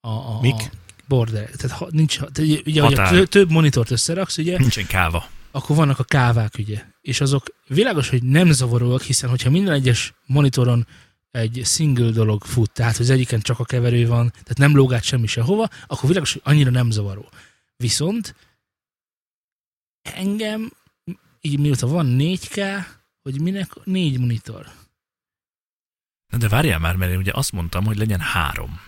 [SPEAKER 1] a, a,
[SPEAKER 3] Mik?
[SPEAKER 1] a borderek. Tehát ha, nincs, tehát ugye, ugye hogy a
[SPEAKER 2] Határ.
[SPEAKER 1] tö- több monitort összeraksz, ugye,
[SPEAKER 2] Nincsen káva.
[SPEAKER 1] akkor vannak a kávák, ugye. És azok világos, hogy nem zavaróak, hiszen hogyha minden egyes monitoron egy single dolog fut, tehát hogy az egyiken csak a keverő van, tehát nem lóg át semmi sehova, akkor világos, hogy annyira nem zavaró. Viszont engem, így mióta van 4K, hogy minek négy monitor.
[SPEAKER 2] Na de várjál már, mert én ugye azt mondtam, hogy legyen három.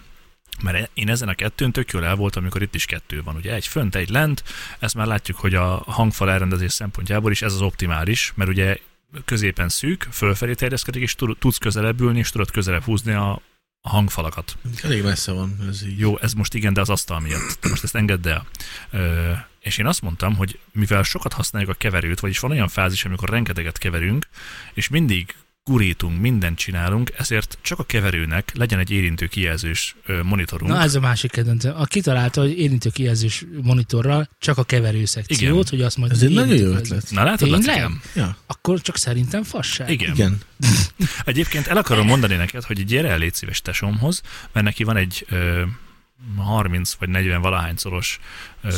[SPEAKER 2] Mert e- én ezen a kettőn tök jól el voltam, amikor itt is kettő van. Ugye egy fönt, egy lent, ezt már látjuk, hogy a hangfal elrendezés szempontjából is ez az optimális, mert ugye középen szűk, fölfelé terjeszkedik, és tud- tudsz közelebb ülni, és tudod közelebb húzni a, a hangfalakat.
[SPEAKER 3] Elég messze van ez így.
[SPEAKER 2] Jó, ez most igen, de az asztal miatt. Te most ezt engedd el. Ö, és én azt mondtam, hogy mivel sokat használjuk a keverőt, vagyis van olyan fázis, amikor rengeteget keverünk, és mindig gurítunk, mindent csinálunk, ezért csak a keverőnek legyen egy érintő kijelzős ö, monitorunk.
[SPEAKER 1] Na ez a másik kedvencem. A kitalálta, hogy érintő kijelzős monitorral csak a keverő szekciót,
[SPEAKER 2] Igen.
[SPEAKER 1] hogy azt majd
[SPEAKER 3] Ez egy nagyon
[SPEAKER 1] érintő
[SPEAKER 3] jó
[SPEAKER 1] kijelző.
[SPEAKER 3] ötlet.
[SPEAKER 2] Na látod,
[SPEAKER 1] Tényleg?
[SPEAKER 2] Lacikám?
[SPEAKER 3] Ja,
[SPEAKER 1] Akkor csak szerintem fasság.
[SPEAKER 2] Igen. igen.
[SPEAKER 3] igen.
[SPEAKER 2] Egyébként el akarom mondani neked, hogy gyere el légy szíves tesómhoz, mert neki van egy ö, 30 vagy 40 valahányszoros ö,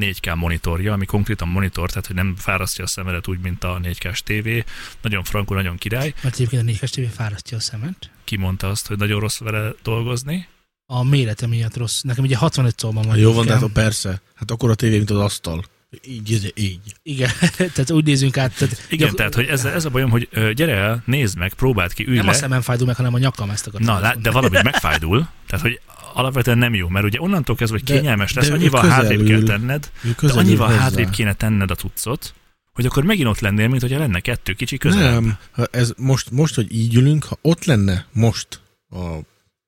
[SPEAKER 2] 4K monitorja, ami konkrétan monitor, tehát hogy nem fárasztja a szemedet úgy, mint a 4K-s tévé. Nagyon frankul, nagyon király.
[SPEAKER 1] Mert egyébként a 4 tévé fárasztja a szemet.
[SPEAKER 2] Kimondta azt, hogy nagyon rossz vele dolgozni.
[SPEAKER 1] A mérete miatt rossz. Nekem ugye 65 szolban van.
[SPEAKER 3] Ha jó van, de
[SPEAKER 1] nekem.
[SPEAKER 3] hát a persze. Hát akkor a tévé, mint az asztal. Így, így, így.
[SPEAKER 1] Igen, tehát úgy nézünk át. Tehát
[SPEAKER 2] Igen,
[SPEAKER 1] gyak-
[SPEAKER 2] tehát hogy ez, ez a bajom, hogy ö, gyere el, nézd meg, próbáld ki, ülj
[SPEAKER 1] Nem
[SPEAKER 2] le.
[SPEAKER 1] a szemem fájdul meg, hanem a nyakam ezt akartam.
[SPEAKER 2] Na,
[SPEAKER 1] azt
[SPEAKER 2] lá- de
[SPEAKER 1] mondani.
[SPEAKER 2] valahogy megfájdul. Tehát, hogy alapvetően nem jó, mert ugye onnantól kezdve, hogy
[SPEAKER 3] De-
[SPEAKER 2] kényelmes lesz,
[SPEAKER 3] de ő
[SPEAKER 2] annyival hátrébb kell
[SPEAKER 3] közelül.
[SPEAKER 2] tenned,
[SPEAKER 3] Ő
[SPEAKER 2] De
[SPEAKER 3] közelül
[SPEAKER 2] annyival
[SPEAKER 3] hozzá.
[SPEAKER 2] hátrébb kéne tenned a cuccot, hogy akkor megint ott lennél, mint hogyha lenne kettő kicsi közel.
[SPEAKER 3] Nem, ha ez most, most, hogy így ülünk, ha ott lenne most a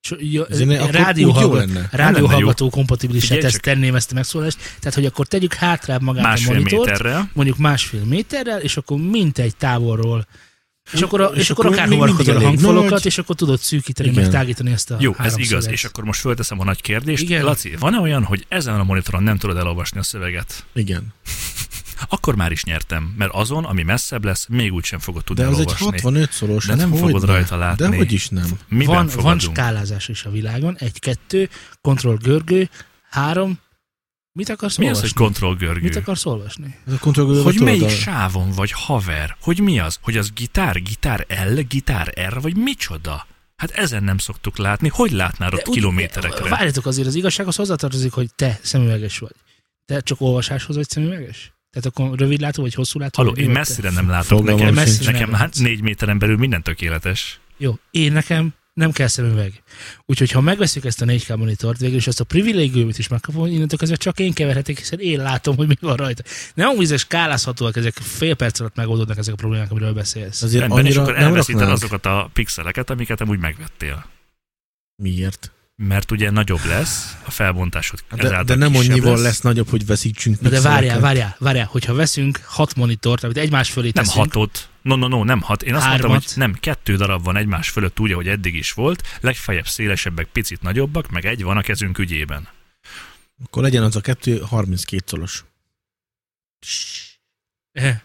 [SPEAKER 1] So- jó,
[SPEAKER 3] zene, akkor úgy jó
[SPEAKER 1] Rádióhallgató
[SPEAKER 3] lenne.
[SPEAKER 1] rádióhallgató kompatibilisre
[SPEAKER 2] Figyelj
[SPEAKER 1] ezt
[SPEAKER 2] csak.
[SPEAKER 1] tenném ezt a megszólást. Tehát, hogy akkor tegyük hátrább magát a
[SPEAKER 2] Másfél
[SPEAKER 1] monitort,
[SPEAKER 2] méterrel.
[SPEAKER 1] mondjuk másfél méterrel, és akkor mintegy távolról. És akkor, a, és
[SPEAKER 3] és
[SPEAKER 1] akkor
[SPEAKER 3] akkor
[SPEAKER 1] akár
[SPEAKER 3] mi-
[SPEAKER 1] hovarkodod a
[SPEAKER 3] mindig elég
[SPEAKER 1] hangfalokat,
[SPEAKER 3] nagy.
[SPEAKER 1] és akkor tudod szűkíteni,
[SPEAKER 3] Igen.
[SPEAKER 1] meg tágítani ezt a
[SPEAKER 2] Jó, ez
[SPEAKER 1] háromszöget.
[SPEAKER 2] igaz. És akkor most fölteszem a nagy kérdést.
[SPEAKER 1] Igen.
[SPEAKER 2] Igen. Laci, van-e olyan, hogy ezen a monitoron nem tudod elolvasni a szöveget?
[SPEAKER 3] Igen.
[SPEAKER 2] Akkor már is nyertem, mert azon, ami messzebb lesz, még úgysem fogod tudni
[SPEAKER 3] De az egy
[SPEAKER 2] elolvasni.
[SPEAKER 3] 65 szoros.
[SPEAKER 2] De
[SPEAKER 3] hát
[SPEAKER 2] nem
[SPEAKER 3] hogy
[SPEAKER 2] fogod
[SPEAKER 3] ne?
[SPEAKER 2] rajta látni.
[SPEAKER 3] De hogy is nem.
[SPEAKER 2] Miben
[SPEAKER 1] van, van
[SPEAKER 2] fogadunk?
[SPEAKER 1] skálázás is a világon. Egy, kettő, kontroll görgő, három. Mit akarsz
[SPEAKER 2] mi az,
[SPEAKER 1] olvasni?
[SPEAKER 2] hogy kontrollgörgő?
[SPEAKER 1] Mit akarsz olvasni?
[SPEAKER 3] Ez a kontrollgörgő
[SPEAKER 2] Hogy
[SPEAKER 3] tudod,
[SPEAKER 2] melyik
[SPEAKER 3] a-
[SPEAKER 2] sávon vagy haver? Hogy mi az? Hogy az gitár, gitár L, gitár R, vagy micsoda? Hát ezen nem szoktuk látni. Hogy látnád ott
[SPEAKER 1] úgy-
[SPEAKER 2] kilométerekre?
[SPEAKER 1] Várjátok azért, az igazsághoz hozzátartozik, hogy te szemüveges vagy. Te csak olvasáshoz vagy szemüveges? Tehát akkor rövidlátó vagy hosszú látó?
[SPEAKER 2] Halló, én messzire nem látok.
[SPEAKER 3] Fogalmam
[SPEAKER 2] Nekem,
[SPEAKER 1] sincs.
[SPEAKER 2] nekem hát négy méteren belül minden tökéletes.
[SPEAKER 1] Jó, én nekem nem kell szemüveg. Úgyhogy ha megveszük ezt a 4K monitort, végül is azt a privilégiumot is megkapom, innentől kezdve csak én keverhetek, hiszen én látom, hogy mi van rajta. Nem úgy, hogy ezek skálázhatóak, ezek fél perc alatt megoldódnak ezek a problémák, amiről beszélsz.
[SPEAKER 3] Azért
[SPEAKER 2] Rendben, és
[SPEAKER 3] annyira
[SPEAKER 2] akkor
[SPEAKER 3] nem
[SPEAKER 2] elveszíted
[SPEAKER 3] raknánk.
[SPEAKER 2] azokat a pixeleket, amiket amúgy megvettél.
[SPEAKER 3] Miért? Hát
[SPEAKER 2] Mert ugye nagyobb lesz a felbontásod.
[SPEAKER 3] De,
[SPEAKER 2] ezáltal
[SPEAKER 3] de nem
[SPEAKER 2] kisebb
[SPEAKER 3] annyival lesz. nagyobb, hogy veszítsünk
[SPEAKER 1] Na de várjál,
[SPEAKER 3] pixeleket.
[SPEAKER 1] várjál, várjál, hogyha veszünk hat monitort, amit egymás fölé
[SPEAKER 2] Nem
[SPEAKER 1] teszünk,
[SPEAKER 2] hatot. No, no, no, nem hat. Én azt
[SPEAKER 1] Hármat.
[SPEAKER 2] mondtam, hogy nem, kettő darab van egymás fölött úgy, ahogy eddig is volt. Legfeljebb szélesebbek, picit nagyobbak, meg egy van a kezünk ügyében.
[SPEAKER 3] Akkor legyen az a kettő 32 szoros.
[SPEAKER 1] Eh.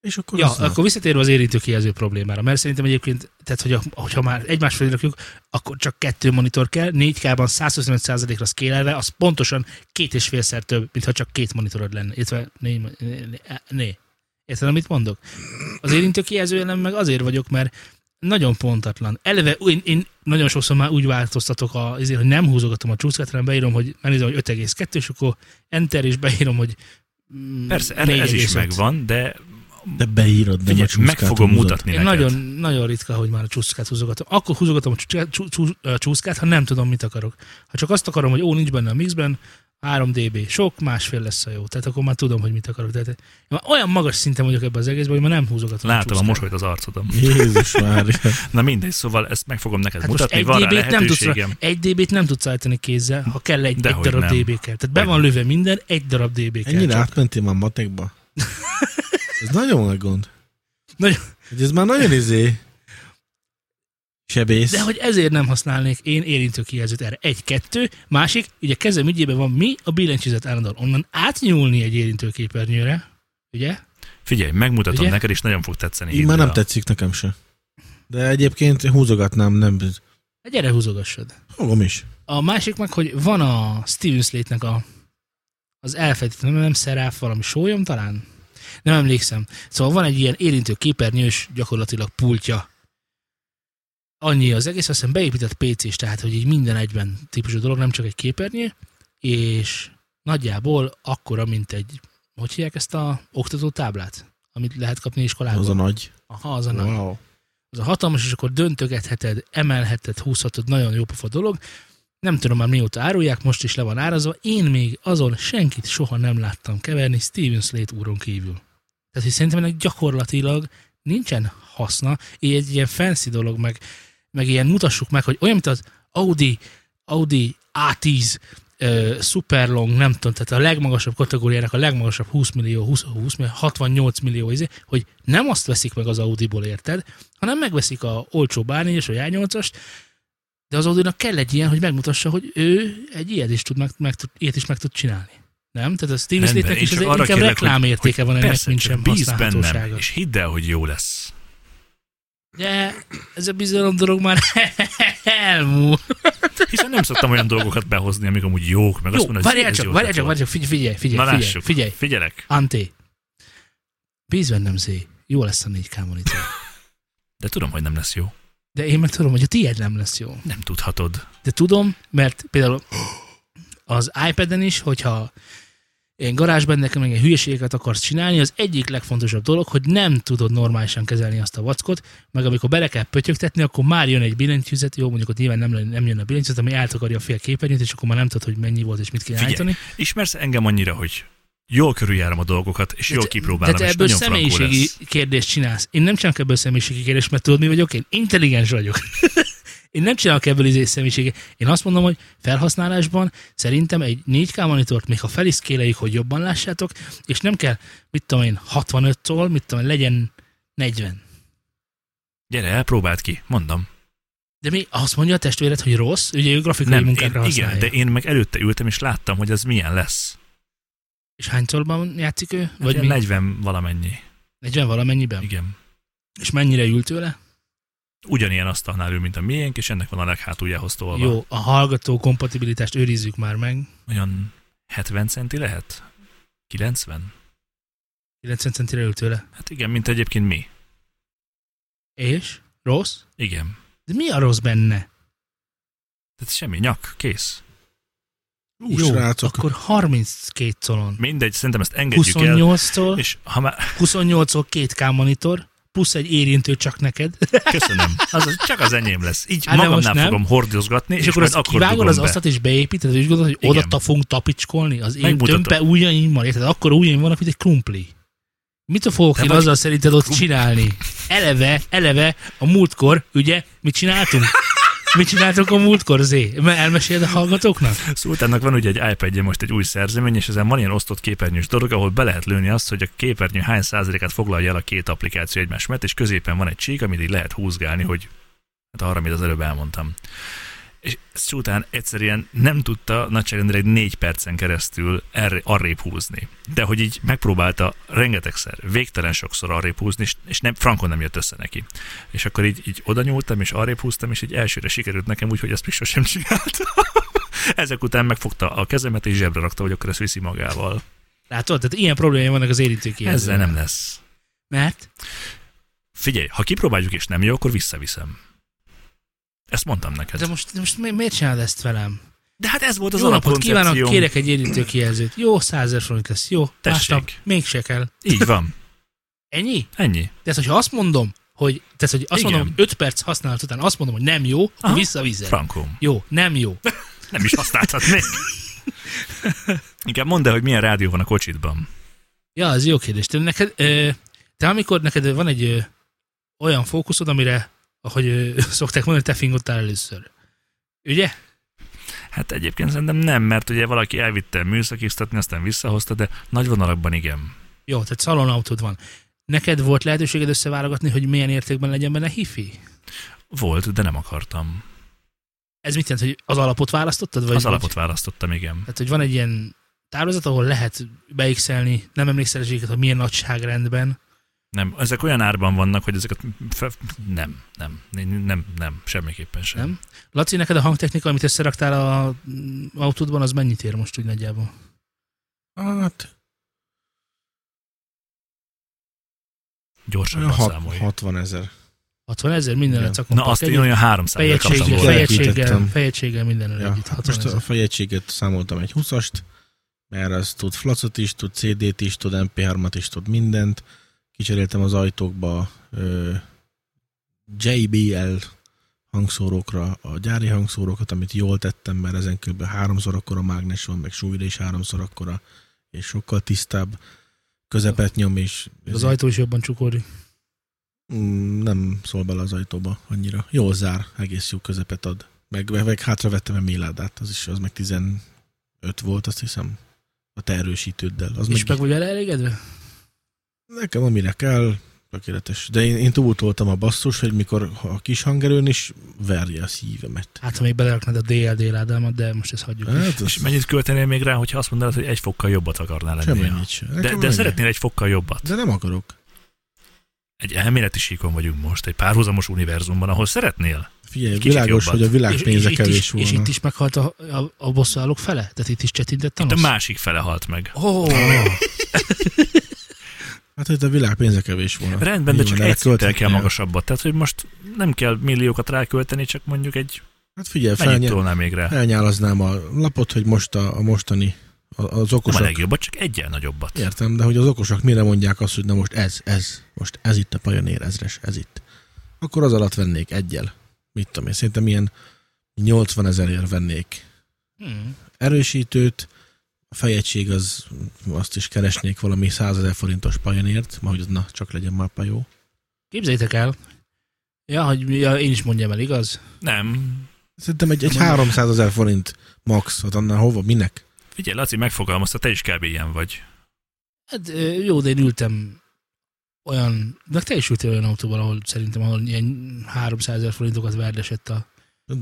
[SPEAKER 3] És akkor
[SPEAKER 1] Ja,
[SPEAKER 3] az
[SPEAKER 1] akkor visszatérve az érintő kijelző problémára, mert szerintem egyébként, tehát hogy a- hogyha már egymás fölé rakjuk, akkor csak kettő monitor kell, 4K-ban 125%-ra szkélelve, az pontosan két és félszer több, mintha csak két monitorod lenne, illetve négy, né, né, Érted, amit mondok? Az érintő kijelző ellen meg azért vagyok, mert nagyon pontatlan. Eleve én, én nagyon sokszor már úgy változtatok, a, azért, hogy nem húzogatom a csúszkát, hanem beírom, hogy megnézem, hogy 5,2, és akkor enter, és beírom, hogy mm,
[SPEAKER 2] Persze, erre ez is
[SPEAKER 1] 4,5.
[SPEAKER 2] megvan, de
[SPEAKER 3] De beírod, nem
[SPEAKER 2] figyelj,
[SPEAKER 3] a csúszkát
[SPEAKER 2] meg fogom
[SPEAKER 3] húzod.
[SPEAKER 2] mutatni
[SPEAKER 1] Én
[SPEAKER 2] neked.
[SPEAKER 1] nagyon, nagyon ritka, hogy már a csúszkát húzogatom. Akkor húzogatom a csúszkát, csú- csú- ö, csúszkát, ha nem tudom, mit akarok. Ha csak azt akarom, hogy ó, nincs benne a mixben, 3 dB, sok, másfél lesz a jó. Tehát akkor már tudom, hogy mit akarok. Tehát én már olyan magas szinten vagyok ebben az egészben, hogy már nem húzogatom
[SPEAKER 2] Látom a
[SPEAKER 1] csúszkát.
[SPEAKER 2] mosolyt az arcodon.
[SPEAKER 3] Jézus már.
[SPEAKER 2] Na mindegy, szóval ezt meg fogom neked
[SPEAKER 1] Hát most
[SPEAKER 2] mutatni,
[SPEAKER 1] egy
[SPEAKER 2] van rá
[SPEAKER 1] DB-t nem tudsz,
[SPEAKER 2] lehetőségem.
[SPEAKER 1] egy DB-t nem tudsz állítani kézzel, ha kell egy, egy
[SPEAKER 2] Dehogy
[SPEAKER 1] darab
[SPEAKER 2] nem.
[SPEAKER 1] DB kell. Tehát be
[SPEAKER 2] Hogy
[SPEAKER 1] van löve minden, egy darab DB kell.
[SPEAKER 3] Ennyire
[SPEAKER 1] csak.
[SPEAKER 3] átmentél már matekba? Ez nagyon nagy gond.
[SPEAKER 1] Nagyon-
[SPEAKER 3] Hogy ez már nagyon izé... Sebész.
[SPEAKER 1] De hogy ezért nem használnék én érintő kijelzőt erre. Egy, kettő, másik, ugye a kezem ügyében van mi, a billentyűzet állandóan onnan átnyúlni egy érintőképernyőre, ugye?
[SPEAKER 2] Figyelj, megmutatom
[SPEAKER 1] Ugye?
[SPEAKER 2] neked, és nagyon fog tetszeni.
[SPEAKER 3] Így
[SPEAKER 2] hidd
[SPEAKER 3] már nem
[SPEAKER 2] el.
[SPEAKER 3] tetszik nekem se. De egyébként húzogatnám, nem...
[SPEAKER 1] Hát gyere húzogassad.
[SPEAKER 3] Fogom is.
[SPEAKER 1] A másik meg, hogy van a Steven Slate-nek a, az elfelejtetlen, nem, nem szeráf, valami sólyom talán? Nem emlékszem. Szóval van egy ilyen érintő képernyős gyakorlatilag pultja. Annyi az egész, azt hiszem beépített pc is, tehát hogy így minden egyben típusú dolog, nem csak egy képernyő, és nagyjából akkora, mint egy, hogy hívják ezt a oktató táblát, amit lehet kapni iskolában?
[SPEAKER 3] Az a nagy.
[SPEAKER 1] Aha, az a nagy
[SPEAKER 3] Wow.
[SPEAKER 1] az a hatalmas, és akkor döntögetheted, emelheted, húzhatod, nagyon jó pofa dolog. Nem tudom már mióta árulják, most is le van árazva. Én még azon senkit soha nem láttam keverni Steven Slate úron kívül. Tehát, hogy szerintem ennek gyakorlatilag nincsen haszna, így egy ilyen fancy dolog, meg, meg ilyen mutassuk meg, hogy olyan, mint az Audi, Audi A10 ö, Superlong, nem tudom, tehát a legmagasabb kategóriának a legmagasabb 20 millió, 20, 20 millió, 68 millió, izé, hogy nem azt veszik meg az Audi-ból, érted? hanem megveszik a olcsó bárnégyes vagy A8-ast, de az Audi-nak kell egy ilyen, hogy megmutassa, hogy ő egy ilyet is tud, meg, meg, tud- ilyet is meg tud csinálni. Nem? Tehát a Steven
[SPEAKER 2] Rendben,
[SPEAKER 1] Slate-nek
[SPEAKER 2] én
[SPEAKER 1] is
[SPEAKER 2] csak
[SPEAKER 1] az
[SPEAKER 2] arra
[SPEAKER 1] inkább
[SPEAKER 2] kérlek,
[SPEAKER 1] reklámértéke van ennek,
[SPEAKER 2] Persze,
[SPEAKER 1] mint
[SPEAKER 2] csak
[SPEAKER 1] sem
[SPEAKER 2] bíz bennem,
[SPEAKER 1] használhatósága.
[SPEAKER 2] és hidd el, hogy jó lesz.
[SPEAKER 1] De ez a bizalom dolog már elmúlt.
[SPEAKER 2] Hiszen nem szoktam olyan dolgokat behozni, amik amúgy jók, meg azt
[SPEAKER 1] Jó,
[SPEAKER 2] mondom, hogy
[SPEAKER 1] várjál
[SPEAKER 2] ez
[SPEAKER 1] csak,
[SPEAKER 2] jó
[SPEAKER 1] várjál
[SPEAKER 2] ötlet
[SPEAKER 1] csak,
[SPEAKER 2] volt.
[SPEAKER 1] várjál csak, figyelj, figyelj,
[SPEAKER 2] Na
[SPEAKER 1] figyelj,
[SPEAKER 2] lássuk,
[SPEAKER 1] figyelj, figyelj.
[SPEAKER 2] figyelek.
[SPEAKER 1] Anté, bíz bennem, Zé, jó lesz a 4K monitor.
[SPEAKER 2] De tudom, hogy nem lesz jó.
[SPEAKER 1] De én meg tudom, hogy a tiéd nem lesz jó.
[SPEAKER 2] Nem tudhatod.
[SPEAKER 1] De tudom, mert például az iPad-en is, hogyha én garázsban nekem ilyen hülyeségeket akarsz csinálni, az egyik legfontosabb dolog, hogy nem tudod normálisan kezelni azt a vackot, meg amikor bele kell pötyögtetni, akkor már jön egy billentyűzet, jó, mondjuk ott nyilván nem, nem jön a billentyűzet, ami eltakarja a fél képernyőt, és akkor már nem tudod, hogy mennyi volt és mit kell
[SPEAKER 2] Figyelj,
[SPEAKER 1] állítani.
[SPEAKER 2] Ismersz engem annyira, hogy jól körüljárom a dolgokat, és jól
[SPEAKER 1] te-
[SPEAKER 2] kipróbálom,
[SPEAKER 1] de te
[SPEAKER 2] és
[SPEAKER 1] ebből
[SPEAKER 2] nagyon frankó
[SPEAKER 1] személyiségi
[SPEAKER 2] lesz.
[SPEAKER 1] kérdést csinálsz. Én nem csinálok ebből személyiségi kérdést, mert tudod mi vagyok? Én intelligens vagyok. Én nem csinálok ebből izé személyiségi. Én azt mondom, hogy felhasználásban szerintem egy 4K monitort, még ha feliszkéleljük, hogy jobban lássátok, és nem kell, mit tudom én, 65-tól, mit tudom én, legyen 40.
[SPEAKER 2] Gyere, elpróbáld ki, mondom.
[SPEAKER 1] De mi azt mondja a testvéred, hogy rossz, ugye ő grafikai
[SPEAKER 2] Nem, én,
[SPEAKER 1] munkákra használja.
[SPEAKER 2] igen, de én meg előtte ültem, és láttam, hogy ez milyen lesz.
[SPEAKER 1] És hányszorban játszik ő?
[SPEAKER 2] Vagy
[SPEAKER 1] Vagy mi?
[SPEAKER 2] 40 valamennyi.
[SPEAKER 1] 40 valamennyiben?
[SPEAKER 2] Igen.
[SPEAKER 1] És mennyire ült tőle?
[SPEAKER 2] Ugyanilyen asztalnál ül, mint a miénk, és ennek van a leghátuljához tolva.
[SPEAKER 1] Jó, a hallgató kompatibilitást őrizzük már meg.
[SPEAKER 2] Olyan 70 centi lehet? 90?
[SPEAKER 1] 90 centire ült tőle.
[SPEAKER 2] Hát igen, mint egyébként mi.
[SPEAKER 1] És? Rossz?
[SPEAKER 2] Igen.
[SPEAKER 1] De mi a rossz benne?
[SPEAKER 2] Tehát semmi, nyak, kész.
[SPEAKER 3] Ú, srácok.
[SPEAKER 1] akkor 32 colon.
[SPEAKER 2] Mindegy, szerintem ezt engedjük el.
[SPEAKER 1] 28-tól,
[SPEAKER 2] És ha már...
[SPEAKER 1] 28-tól 2K monitor, plusz egy érintő csak neked,
[SPEAKER 2] Köszönöm. Az, az csak az enyém lesz. Így
[SPEAKER 1] Hát de most
[SPEAKER 2] magamnál
[SPEAKER 1] nem.
[SPEAKER 2] fogom hordozgatni,
[SPEAKER 1] és, akkor
[SPEAKER 2] majd
[SPEAKER 1] azt
[SPEAKER 2] akkor
[SPEAKER 1] kivágod
[SPEAKER 2] dugom
[SPEAKER 1] az
[SPEAKER 2] be.
[SPEAKER 1] asztalt és beépíted, és úgy gondolod, hogy
[SPEAKER 2] Igen.
[SPEAKER 1] oda ta fogunk tapicskolni, az én
[SPEAKER 2] Megmutatom.
[SPEAKER 1] tömpe ujjaimmal, érted? Akkor ujjaim vannak, mint egy krumpli. Mit fogok
[SPEAKER 2] Te
[SPEAKER 1] én
[SPEAKER 2] vagy-
[SPEAKER 1] azzal szerinted ott
[SPEAKER 2] Krumpli.
[SPEAKER 1] csinálni? Eleve, eleve, a múltkor, ugye, mit csináltunk? Mit csináltunk a múltkor, Zé? Mert elmeséled a hallgatóknak?
[SPEAKER 2] Szultánnak van ugye egy iPadje most egy új szerzemény, és ezen van ilyen osztott képernyős dolog, ahol be lehet lőni azt, hogy a képernyő hány százalékát foglalja el a két applikáció egymás mellett, és középen van egy csík, amit így lehet húzgálni, hogy hát arra, amit az előbb elmondtam. És Szultán egyszerűen nem tudta nagyságrendileg négy percen keresztül erre, arrébb húzni. De hogy így megpróbálta rengetegszer, végtelen sokszor arrébb húzni, és, és nem, frankon nem jött össze neki. És akkor így, így oda nyúltam, és arrébb húztam, és így elsőre sikerült nekem úgy, hogy ezt még sosem csináltam. Ezek után megfogta a kezemet és zsebre rakta, hogy akkor ezt viszi magával.
[SPEAKER 1] Látod? Tehát ilyen problémáim vannak az érintőkéjelzővel.
[SPEAKER 2] Ezzel nem lesz.
[SPEAKER 1] Mert?
[SPEAKER 2] Figyelj, ha kipróbáljuk és nem jó, akkor visszaviszem. Ezt mondtam neked.
[SPEAKER 1] De
[SPEAKER 2] De,
[SPEAKER 1] most, de most mi- miért csinálod ezt velem?
[SPEAKER 2] hát ez volt az
[SPEAKER 1] jó napot kívánok,
[SPEAKER 2] alapkoncepcióm.
[SPEAKER 1] kérek egy érintőkijelzőt. Jó, 100 ezer forint lesz. Jó,
[SPEAKER 2] Tessék.
[SPEAKER 1] másnap még se kell.
[SPEAKER 2] Így van.
[SPEAKER 1] Ennyi?
[SPEAKER 2] Ennyi.
[SPEAKER 1] De ezt, hogyha azt mondom, hogy, tehát, hogy azt
[SPEAKER 2] Igen.
[SPEAKER 1] mondom, hogy 5 perc használat után azt mondom, hogy nem jó, akkor
[SPEAKER 2] Aha.
[SPEAKER 1] visszavizet.
[SPEAKER 2] Frankom.
[SPEAKER 1] Jó, nem jó.
[SPEAKER 2] Nem is használhatnék. Inkább mondd el, hogy milyen rádió van a kocsitban.
[SPEAKER 1] Ja, ez jó kérdés. Te, neked, ö, te amikor neked van egy ö, olyan fókuszod, amire, ahogy ö, szokták mondani, te fingottál először. Ugye?
[SPEAKER 2] Hát egyébként szerintem nem, mert ugye valaki elvitte műszakiztatni, aztán visszahozta, de nagy vonalakban igen.
[SPEAKER 1] Jó, tehát szalonautód van. Neked volt lehetőséged összeválogatni, hogy milyen értékben legyen benne hifi?
[SPEAKER 2] Volt, de nem akartam.
[SPEAKER 1] Ez mit jelent, hogy az alapot választottad? Vagy
[SPEAKER 2] Az
[SPEAKER 1] vagy-
[SPEAKER 2] alapot választottam, igen.
[SPEAKER 1] Tehát, hogy van egy ilyen táblázat, ahol lehet beixelni, nem emlékszel ezeket, hogy milyen nagyságrendben.
[SPEAKER 2] Nem, ezek olyan árban vannak, hogy ezeket fe- nem, nem, nem, nem, semmiképpen sem.
[SPEAKER 1] Nem? Laci, neked a hangtechnika, amit összeraktál a mm, autódban, az mennyit ér most úgy nagyjából?
[SPEAKER 3] Hát,
[SPEAKER 2] Gyorsabban
[SPEAKER 3] hat,
[SPEAKER 2] számolj.
[SPEAKER 3] 60 ezer.
[SPEAKER 1] 60 ezer minden
[SPEAKER 3] Igen.
[SPEAKER 1] a cakon.
[SPEAKER 2] Na azt én olyan 300 ezer kaptam
[SPEAKER 1] fejegységgel,
[SPEAKER 2] volna.
[SPEAKER 3] Fejegység.
[SPEAKER 1] fejegységgel,
[SPEAKER 3] Elkítettem.
[SPEAKER 1] fejegységgel minden
[SPEAKER 3] Ja,
[SPEAKER 1] ja, együtt.
[SPEAKER 3] hát
[SPEAKER 1] 60
[SPEAKER 3] most a
[SPEAKER 1] ezer.
[SPEAKER 3] fejegységet számoltam egy 20-ast, mert az tud flacot is, tud CD-t is, tud MP3-at is, tud mindent. Kicseréltem az ajtókba ö, JBL hangszórókra a gyári hangszórókat, amit jól tettem, mert ezen kb. háromszor akkora mágnes van, meg súlyra is háromszor akkora, és sokkal tisztább, közepet nyom, és
[SPEAKER 1] Az ajtó is jobban csukódik.
[SPEAKER 3] Mm, nem szól bele az ajtóba annyira. Jól zár, egész jó közepet ad. Meg, meg, meg hátra vettem a méládát, az is, az meg 15 volt, azt hiszem, a te erősítőddel. Az
[SPEAKER 1] És
[SPEAKER 3] meg,
[SPEAKER 1] meg vagy vele elégedve?
[SPEAKER 3] nekem amire kell, tökéletes. De én, én túltoltam a basszus, hogy mikor ha a kis hangerőn is verje a szívemet.
[SPEAKER 1] Hát, ha még beleraknád a DLD ládámat, de most ezt hagyjuk.
[SPEAKER 3] Hát,
[SPEAKER 2] És mennyit költenél még rá, hogyha azt mondanád, hogy egy fokkal jobbat akarnál lenni?
[SPEAKER 3] semmi sem. Nekem
[SPEAKER 2] De,
[SPEAKER 3] ennyi.
[SPEAKER 2] de szeretnél egy fokkal jobbat.
[SPEAKER 3] De nem akarok.
[SPEAKER 2] Egy elméleti síkon vagyunk most, egy párhuzamos univerzumban, ahol szeretnél.
[SPEAKER 3] Figyelj,
[SPEAKER 2] Kicsit
[SPEAKER 3] világos,
[SPEAKER 2] jobbat.
[SPEAKER 3] hogy a világ pénze
[SPEAKER 1] itt
[SPEAKER 3] kevés
[SPEAKER 1] is,
[SPEAKER 3] volna.
[SPEAKER 1] és itt is meghalt a, a, a bosszúállók fele? Tehát itt is csetintett
[SPEAKER 2] Itt a
[SPEAKER 1] Thanos?
[SPEAKER 2] másik fele halt meg.
[SPEAKER 1] Oh,
[SPEAKER 3] Hát, hogy itt a világ pénze kevés volna.
[SPEAKER 2] Rendben, de
[SPEAKER 3] Így
[SPEAKER 2] csak
[SPEAKER 3] van,
[SPEAKER 2] egy szinten
[SPEAKER 3] elkölthetnél.
[SPEAKER 2] kell magasabbat. Tehát, hogy most nem kell milliókat rákölteni, csak mondjuk egy
[SPEAKER 3] Hát figyelj,
[SPEAKER 2] mennyit
[SPEAKER 3] felnye,
[SPEAKER 2] tolnál még rá.
[SPEAKER 3] elnyálaznám a lapot, hogy most a, a mostani, a, az
[SPEAKER 2] Nem a
[SPEAKER 3] okosak.
[SPEAKER 2] legjobbat, csak egyen nagyobbat.
[SPEAKER 3] Értem, de hogy az okosak mire mondják azt, hogy na most ez, ez, most ez itt a Pioneer ezres, ez itt. Akkor az alatt vennék egyel. Mit tudom én, szerintem ilyen 80 ezerért vennék
[SPEAKER 1] hmm.
[SPEAKER 3] erősítőt, a fejegység az, azt is keresnék valami 100 ezer forintos Pioneert, ma hogy az na, csak legyen már pajó.
[SPEAKER 1] Képzeljétek el. Ja, hogy ja, én is mondjam el, igaz?
[SPEAKER 2] Nem.
[SPEAKER 3] Szerintem egy, egy 300 ezer forint max, hát annál hova, minek?
[SPEAKER 2] Figyelj, Laci, megfogalmazta, te is kb. ilyen vagy.
[SPEAKER 1] Hát ö, jó, de én ültem olyan, de te is ültél olyan autóban, ahol szerintem ahol ilyen 300 ezer forintokat verdesett a...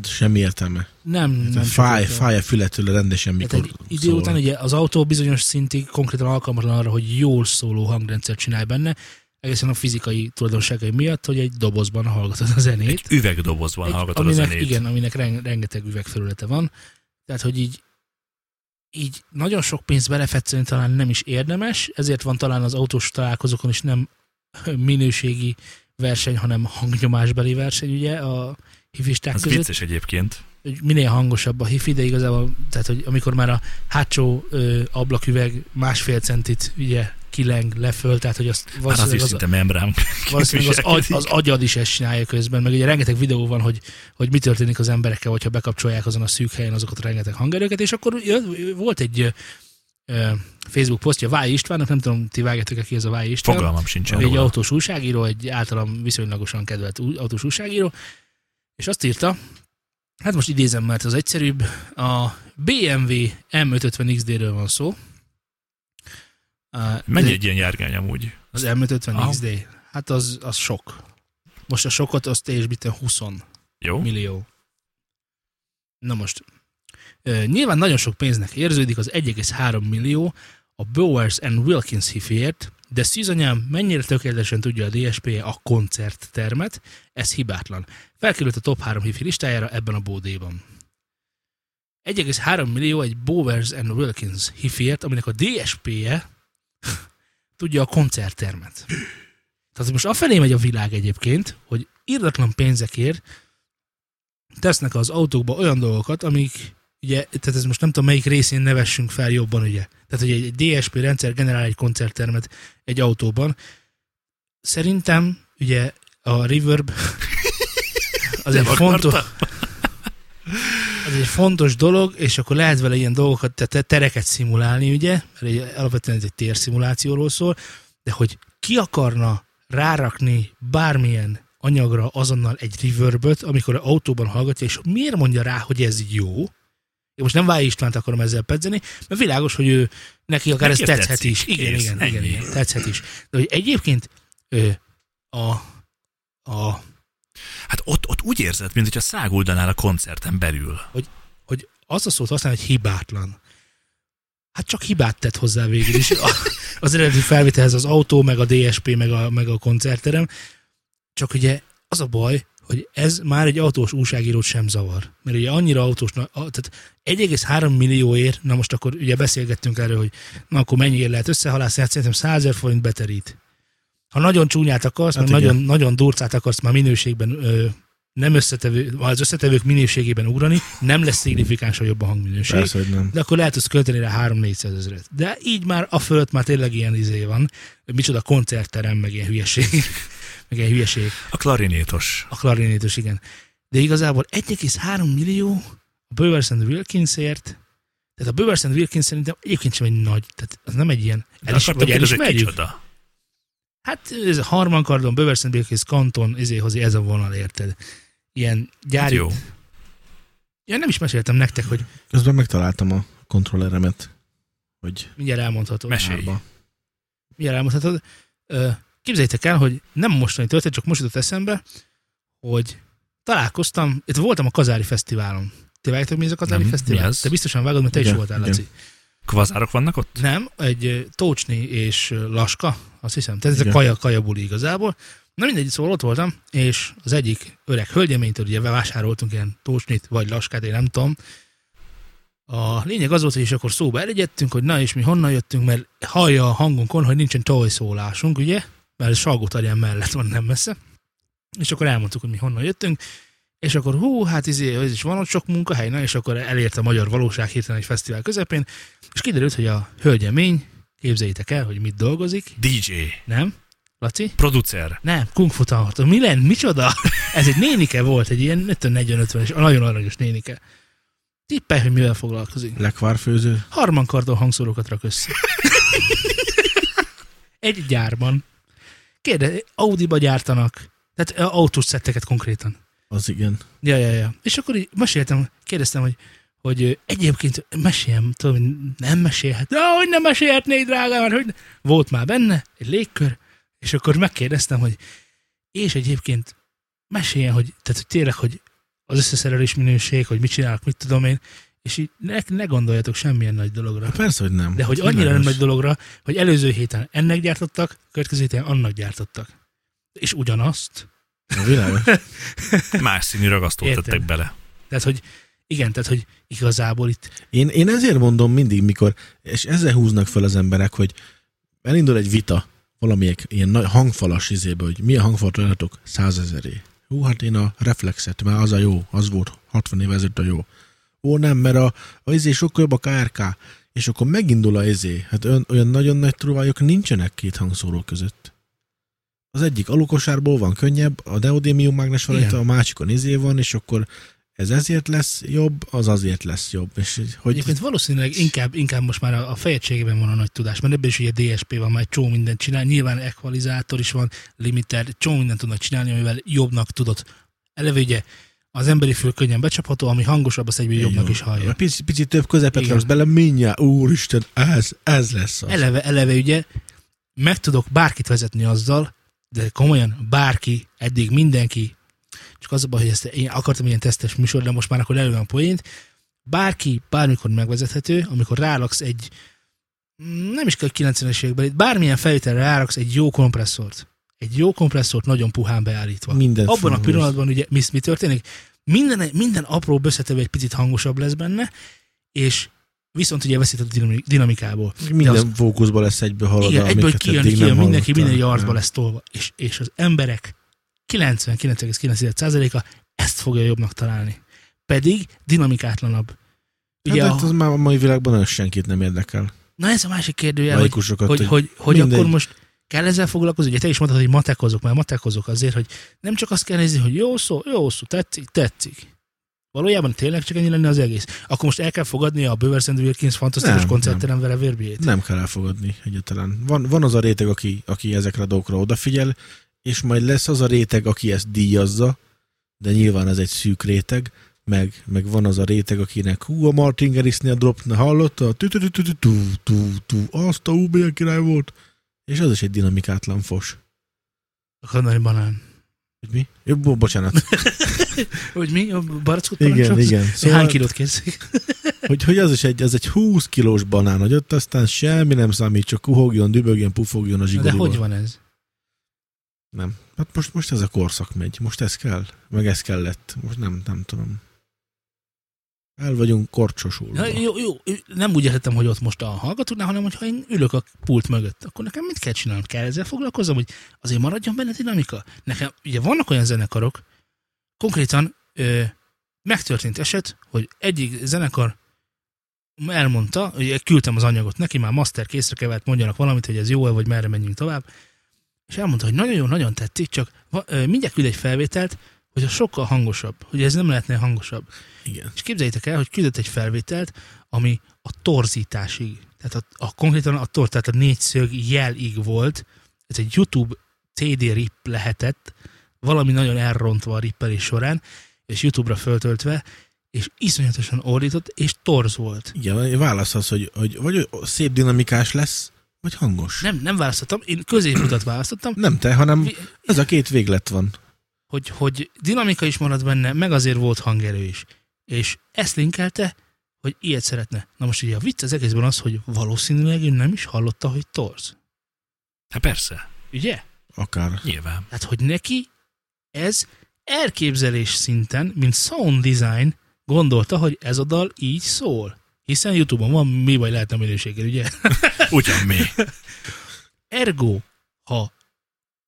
[SPEAKER 3] Semmi értelme.
[SPEAKER 1] Nem, nem
[SPEAKER 3] Nem
[SPEAKER 1] sok
[SPEAKER 3] Hát, fáj,
[SPEAKER 1] értelme.
[SPEAKER 3] fáj szóval- a fületől a rendesen,
[SPEAKER 1] Tehát
[SPEAKER 3] mikor
[SPEAKER 1] egy idő után ugye az autó bizonyos szintig konkrétan alkalmatlan arra, hogy jól szóló hangrendszer csinálj benne, egészen a fizikai tulajdonságai miatt, hogy egy dobozban hallgatod a zenét.
[SPEAKER 2] Egy üvegdobozban hallgatod a
[SPEAKER 1] aminek,
[SPEAKER 2] zenét.
[SPEAKER 1] Igen, aminek ren- rengeteg üvegfelülete van. Tehát, hogy így így nagyon sok pénzt belefetszeni talán nem is érdemes, ezért van talán az autós találkozókon is nem minőségi verseny, hanem hangnyomásbeli verseny, ugye, a hifisták
[SPEAKER 2] Ez
[SPEAKER 1] között
[SPEAKER 2] vicces egyébként. Hát
[SPEAKER 1] hogy minél hangosabb a hifi, de igazából, tehát, hogy amikor már a hátsó ö, ablaküveg másfél centit ugye kileng leföl, tehát, hogy azt
[SPEAKER 2] Már Hát az is
[SPEAKER 1] valószínűleg, az,
[SPEAKER 2] szinte membrám.
[SPEAKER 1] valószínűleg az, agy,
[SPEAKER 2] viselkedik.
[SPEAKER 1] az agyad is ezt csinálja közben, meg ugye rengeteg videó van, hogy, hogy mi történik az emberekkel, hogyha bekapcsolják azon a szűk helyen azokat a rengeteg hangerőket, és akkor jö- volt egy ö, ö, Facebook posztja Váj Istvánnak, nem tudom, ti vágjátok-e ki ez a Váj István.
[SPEAKER 2] Fogalmam sincsen
[SPEAKER 1] Egy
[SPEAKER 2] róla.
[SPEAKER 1] autós újságíró, egy általam viszonylagosan kedvelt ú- autós újságíró, és azt írta, hát most idézem, mert az egyszerűbb, a BMW M550 XD-ről van szó. A-
[SPEAKER 2] Mennyi egy ilyen járgány amúgy?
[SPEAKER 1] Az M550
[SPEAKER 2] Aha.
[SPEAKER 1] XD. Hát az, az sok. Most a sokot azt teljes biten 20
[SPEAKER 2] Jó?
[SPEAKER 1] millió. Na most, ö, nyilván nagyon sok pénznek érződik az 1,3 millió a Bowers and Wilkins hifiért, de szűzanyám mennyire tökéletesen tudja a dsp -je a koncerttermet, ez hibátlan. Felkerült a top 3 hifi listájára ebben a bódéban. 1,3 millió egy Bowers and Wilkins hifiért, aminek a DSP-je tudja a koncerttermet. Tehát most afelé megy a világ egyébként, hogy írdatlan pénzekért tesznek az autókba olyan dolgokat, amik ugye, tehát ez most nem tudom melyik részén nevessünk fel jobban, ugye. Tehát, hogy egy egy DSP rendszer generál egy koncerttermet egy autóban. Szerintem, ugye, a reverb az egy
[SPEAKER 2] Nem
[SPEAKER 1] fontos,
[SPEAKER 2] akartam.
[SPEAKER 1] az egy fontos dolog, és akkor lehet vele ilyen dolgokat, tehát tereket szimulálni, ugye, mert egy- alapvetően ez egy térszimulációról szól, de hogy ki akarna rárakni bármilyen anyagra azonnal egy reverböt, amikor autóban hallgatja, és miért mondja rá, hogy ez jó? Én most nem Váj Istvánt akarom ezzel pedzeni, mert világos, hogy ő, neki akár
[SPEAKER 2] Neki
[SPEAKER 1] ez
[SPEAKER 2] ez
[SPEAKER 1] tetszhet
[SPEAKER 2] tetszik,
[SPEAKER 1] is. Igen,
[SPEAKER 2] kész,
[SPEAKER 1] igen, igen,
[SPEAKER 2] ennyi.
[SPEAKER 1] igen, tetszhet is. De hogy egyébként ő, a, a
[SPEAKER 2] Hát ott, ott úgy érzed, mint hogyha száguldanál a koncerten belül.
[SPEAKER 1] hogy azt a szót használni, hogy hibátlan. Hát csak hibát tett hozzá végül is. A- Az eredeti felvételhez az autó, meg a DSP, meg a, meg a koncertterem. Csak ugye az a baj, hogy ez már egy autós újságírót sem zavar. Mert ugye annyira autós, na- a- tehát 1,3 millióért, na most akkor ugye beszélgettünk erről, hogy na akkor mennyiért lehet összehalászni, hát szerintem 100 ezer forint beterít. Ha nagyon csúnyát akarsz,
[SPEAKER 3] Hát
[SPEAKER 1] hát
[SPEAKER 3] igen.
[SPEAKER 1] nagyon, nagyon durcát akarsz már minőségben ö, nem összetevő, ha az összetevők minőségében ugrani, nem lesz szignifikánsan jobb a hangminőség,
[SPEAKER 3] Persze, hogy nem.
[SPEAKER 1] de akkor lehet tudsz költeni rá 3-400 ezeret. De így már a fölött már tényleg ilyen izé van, micsoda koncertterem, meg ilyen hülyeség, meg ilyen hülyeség,
[SPEAKER 2] A klarinétos.
[SPEAKER 1] a klarinétos, igen. De igazából 1,3 millió a Bowers and Wilkinsért, tehát a Bowers and Wilkins szerintem egyébként sem egy nagy, tehát az nem egy ilyen,
[SPEAKER 2] De
[SPEAKER 1] elis,
[SPEAKER 2] akartam
[SPEAKER 1] vagy
[SPEAKER 2] kérdezni,
[SPEAKER 1] elismerjük.
[SPEAKER 2] kicsoda.
[SPEAKER 1] Hát ez a harmankardon, Böverszent Békés kanton, izéhoz ez a vonal, érted? Ilyen
[SPEAKER 2] Hát
[SPEAKER 1] gyári...
[SPEAKER 2] jó.
[SPEAKER 1] Ja, nem is meséltem nektek, hogy
[SPEAKER 3] Közben megtaláltam a kontrolleremet, hogy
[SPEAKER 1] mindjárt elmondhatod.
[SPEAKER 2] Mesélj.
[SPEAKER 3] árba.
[SPEAKER 1] Mindjárt elmondhatod. Ö, Képzeljétek el, hogy nem mostani történt, csak most jutott eszembe, hogy találkoztam, itt voltam a Kazári Fesztiválon. Ti vágjátok, mi ez a Kazári
[SPEAKER 2] Nem, mi
[SPEAKER 1] Fesztivál?
[SPEAKER 2] ez?
[SPEAKER 1] Te biztosan vágod, mert te is
[SPEAKER 3] Igen,
[SPEAKER 1] voltál,
[SPEAKER 3] igen.
[SPEAKER 1] Laci.
[SPEAKER 2] Kvazárok vannak ott?
[SPEAKER 1] Nem, egy ö, Tócsni és ö, Laska, azt hiszem. Tehát ez a
[SPEAKER 3] Igen.
[SPEAKER 1] kaja, kaja buli igazából. Na mindegy, szóval ott voltam, és az egyik öreg hölgyeménytől ugye vásároltunk ilyen Tócsnit, vagy Laskát, én nem tudom. A lényeg az volt, hogy és akkor szóba elegyedtünk, hogy na és mi honnan jöttünk, mert hallja a hangunkon, hogy nincsen tajszólásunk, ugye? Mert ez Salgó Tarján mellett van nem messze. És akkor elmondtuk, hogy mi honnan jöttünk, és akkor hú, hát izé, ez is van ott sok munkahely, na, és akkor elérte a magyar valóság hirtelen egy fesztivál közepén, és kiderült, hogy a hölgyemény, képzeljétek el, hogy mit dolgozik,
[SPEAKER 2] DJ,
[SPEAKER 1] nem? Laci?
[SPEAKER 2] producer.
[SPEAKER 1] Nem, kung fu tanultam. Mi lenne? Micsoda? Ez egy nénike volt, egy ilyen 40-50-es, nagyon aranyos nénike. Tippelj, hogy mivel foglalkozik.
[SPEAKER 3] Lekvárfőző.
[SPEAKER 1] Harmankardon hangszórókat rak össze. egy gyárban. Kérdez, Audi-ba gyártanak. Tehát ö, autós szetteket konkrétan.
[SPEAKER 3] Az igen.
[SPEAKER 1] Ja, ja, ja. És akkor így meséltem, kérdeztem, hogy, hogy ö, egyébként meséljem, tudom, hogy nem mesélhet. De hogy nem mesélhetnéd, drágám, mert hogy ne? volt már benne egy légkör, és akkor megkérdeztem, hogy és egyébként meséljen, hogy, tehát hogy tényleg, hogy az összeszerelés minőség, hogy mit csinálok, mit tudom én, és így ne, ne gondoljatok semmilyen nagy dologra.
[SPEAKER 3] Hát persze, hogy nem.
[SPEAKER 1] De hogy
[SPEAKER 3] Ez
[SPEAKER 1] annyira nem
[SPEAKER 3] világos.
[SPEAKER 1] nagy dologra, hogy előző héten ennek gyártottak, következő héten annak gyártottak. És ugyanazt.
[SPEAKER 3] A világos.
[SPEAKER 2] Más színű ragasztót
[SPEAKER 1] Értem.
[SPEAKER 2] tettek bele.
[SPEAKER 1] Tehát, hogy igen, tehát, hogy igazából itt
[SPEAKER 3] Én, én ezért mondom mindig, mikor, és ezzel húznak fel az emberek, hogy elindul egy vita valamelyik ilyen nagy hangfalas izébe, hogy milyen hangfalat ajánlatok? Százezeré. Hú, hát én a reflexet, mert az a jó, az volt 60 év ezelőtt a jó. Ó, nem, mert a, a izé sokkal jobb a KRK, és akkor megindul a izé. Hát olyan, olyan nagyon nagy truvályok nincsenek két hangszóró között. Az egyik alukosárból van könnyebb, a neodémium mágnes van,
[SPEAKER 1] Igen.
[SPEAKER 3] rajta, a másikon izé van, és akkor ez ezért lesz jobb, az azért lesz jobb. És így, hogy
[SPEAKER 1] Egyébként valószínűleg inkább, inkább most már a, a fejettségében van a nagy tudás, mert ebben is ugye DSP van, már egy csomó mindent csinál, nyilván equalizátor is van, limiter, csomó mindent tudnak csinálni, amivel jobbnak tudod. Eleve ugye az emberi fül könnyen becsapható, ami hangosabb, azt egyből jobbnak is hallja.
[SPEAKER 3] Picit, picit több közepet
[SPEAKER 1] Igen.
[SPEAKER 3] lesz bele, mindjárt, úristen, ez, ez lesz az.
[SPEAKER 1] Eleve, eleve ugye meg tudok bárkit vezetni azzal, de komolyan bárki, eddig mindenki, csak az a baj, hogy ezt én akartam ilyen tesztes műsor, de most már akkor előre a poént, bárki bármikor megvezethető, amikor rálaksz egy mm, nem is kell 90-es években, bármilyen felvételre ráraksz egy jó kompresszort. Egy jó kompresszort nagyon puhán beállítva.
[SPEAKER 3] Mindent
[SPEAKER 1] Abban a
[SPEAKER 3] fölhúz.
[SPEAKER 1] pillanatban ugye mi, mi történik? Minden, minden apró összetevő egy picit hangosabb lesz benne, és viszont ugye veszített a dinami- dinamikából.
[SPEAKER 3] Minden az... fókuszba lesz egyből halad,
[SPEAKER 1] Igen, egyből
[SPEAKER 3] amiket
[SPEAKER 1] kijön,
[SPEAKER 3] eddig
[SPEAKER 1] kijön,
[SPEAKER 3] nem
[SPEAKER 1] mindenki
[SPEAKER 3] hallottál.
[SPEAKER 1] minden arcba
[SPEAKER 3] Ja.
[SPEAKER 1] lesz tolva, és, és az emberek 99,9%-a ezt fogja jobbnak találni. Pedig dinamikátlanabb. Ugye
[SPEAKER 3] Hát,
[SPEAKER 1] a,
[SPEAKER 3] hát az már a mai világban nagyon senkit nem érdekel.
[SPEAKER 1] na ez a másik kérdője, hogy,
[SPEAKER 3] Laikusokat,
[SPEAKER 1] hogy, hogy, hogy
[SPEAKER 3] mindegy.
[SPEAKER 1] akkor most kell ezzel foglalkozni? Ugye te is mondtad, hogy matekozok, mert matekozok azért, hogy nem csak azt kell nézni, hogy jó szó, jó szó, tetszik, tetszik. Valójában tényleg csak ennyi lenne az egész. Akkor most el kell fogadni a Böver Szent Wilkins fantasztikus
[SPEAKER 3] Nem,
[SPEAKER 1] koncertterem vele vérbijét.
[SPEAKER 3] Nem kell elfogadni egyáltalán. Van, van az a réteg, aki, aki ezekre a dolgokra odafigyel, és majd lesz az a réteg, aki ezt díjazza, de nyilván ez egy szűk réteg, meg, meg van az a réteg, akinek hú, a Martin Garrisnél drop, ne hallotta? Tü -tü -tü -tü -tü -tü -tü -tü. Azt a UBL király volt. És az is egy dinamikátlan fos.
[SPEAKER 1] Akkor nagy banán.
[SPEAKER 3] Hogy mi? Jó, bo- bocsánat.
[SPEAKER 1] Hogy mi? A barackot
[SPEAKER 3] igen,
[SPEAKER 1] parancsolsz?
[SPEAKER 3] igen.
[SPEAKER 1] Szóval... Hány kilót készít?
[SPEAKER 3] Hogy, hogy az is egy, az egy 20 kilós banán, hogy ott aztán semmi nem számít, csak kuhogjon, dübögjön, pufogjon a
[SPEAKER 1] De
[SPEAKER 3] zsigoriba.
[SPEAKER 1] hogy van ez?
[SPEAKER 3] Hát most, most ez a korszak megy, most ez kell, meg ez kellett, most nem, nem tudom. El vagyunk korcsosulva.
[SPEAKER 1] Ja, jó, jó, nem úgy értettem, hogy ott most a hallgatónál, hanem hogyha én ülök a pult mögött, akkor nekem mit kell csinálnom? Kell ezzel foglalkozom, hogy azért maradjon benne dinamika? Nekem, ugye vannak olyan zenekarok, konkrétan ö, megtörtént eset, hogy egyik zenekar elmondta, hogy küldtem az anyagot neki, már master készre kevert, mondjanak valamit, hogy ez jó-e, vagy merre menjünk tovább, és elmondta, hogy nagyon jó, nagyon tetszik, csak va- ö, mindjárt küld egy felvételt, hogy az sokkal hangosabb, hogy ez nem lehetne hangosabb.
[SPEAKER 3] Igen.
[SPEAKER 1] És képzeljétek el, hogy küldött egy felvételt, ami a torzításig, tehát a, a konkrétan a tor, tehát a négyszög jelig volt, ez egy YouTube CD rip lehetett, valami nagyon elrontva a rippelés során, és YouTube-ra föltöltve, és iszonyatosan ordított, és torz volt.
[SPEAKER 3] Igen, válasz az, hogy, hogy vagy szép dinamikás lesz, vagy hangos. Nem,
[SPEAKER 1] Nem, nem választottam, én középutat választottam,
[SPEAKER 3] nem te, hanem
[SPEAKER 1] Vi-
[SPEAKER 3] ez a két véglet van.
[SPEAKER 1] hogy, hogy dinamika is maradt benne, meg azért volt hangerő is. És ezt linkelte, hogy ilyet szeretne. Na most ugye a vicc az egészben az, hogy valószínűleg ő nem is hallotta, hogy torz.
[SPEAKER 2] Hát persze,
[SPEAKER 1] Ugye?
[SPEAKER 3] Akár.
[SPEAKER 2] nyilván.
[SPEAKER 1] Tehát, hogy neki ez elképzelés szinten, mint sound design, gondolta, hogy ez a dal így szól. Hiszen YouTube-on van, mi baj lehetne a minőséggel, ugye?
[SPEAKER 2] Ugyan mi?
[SPEAKER 1] Ergo, ha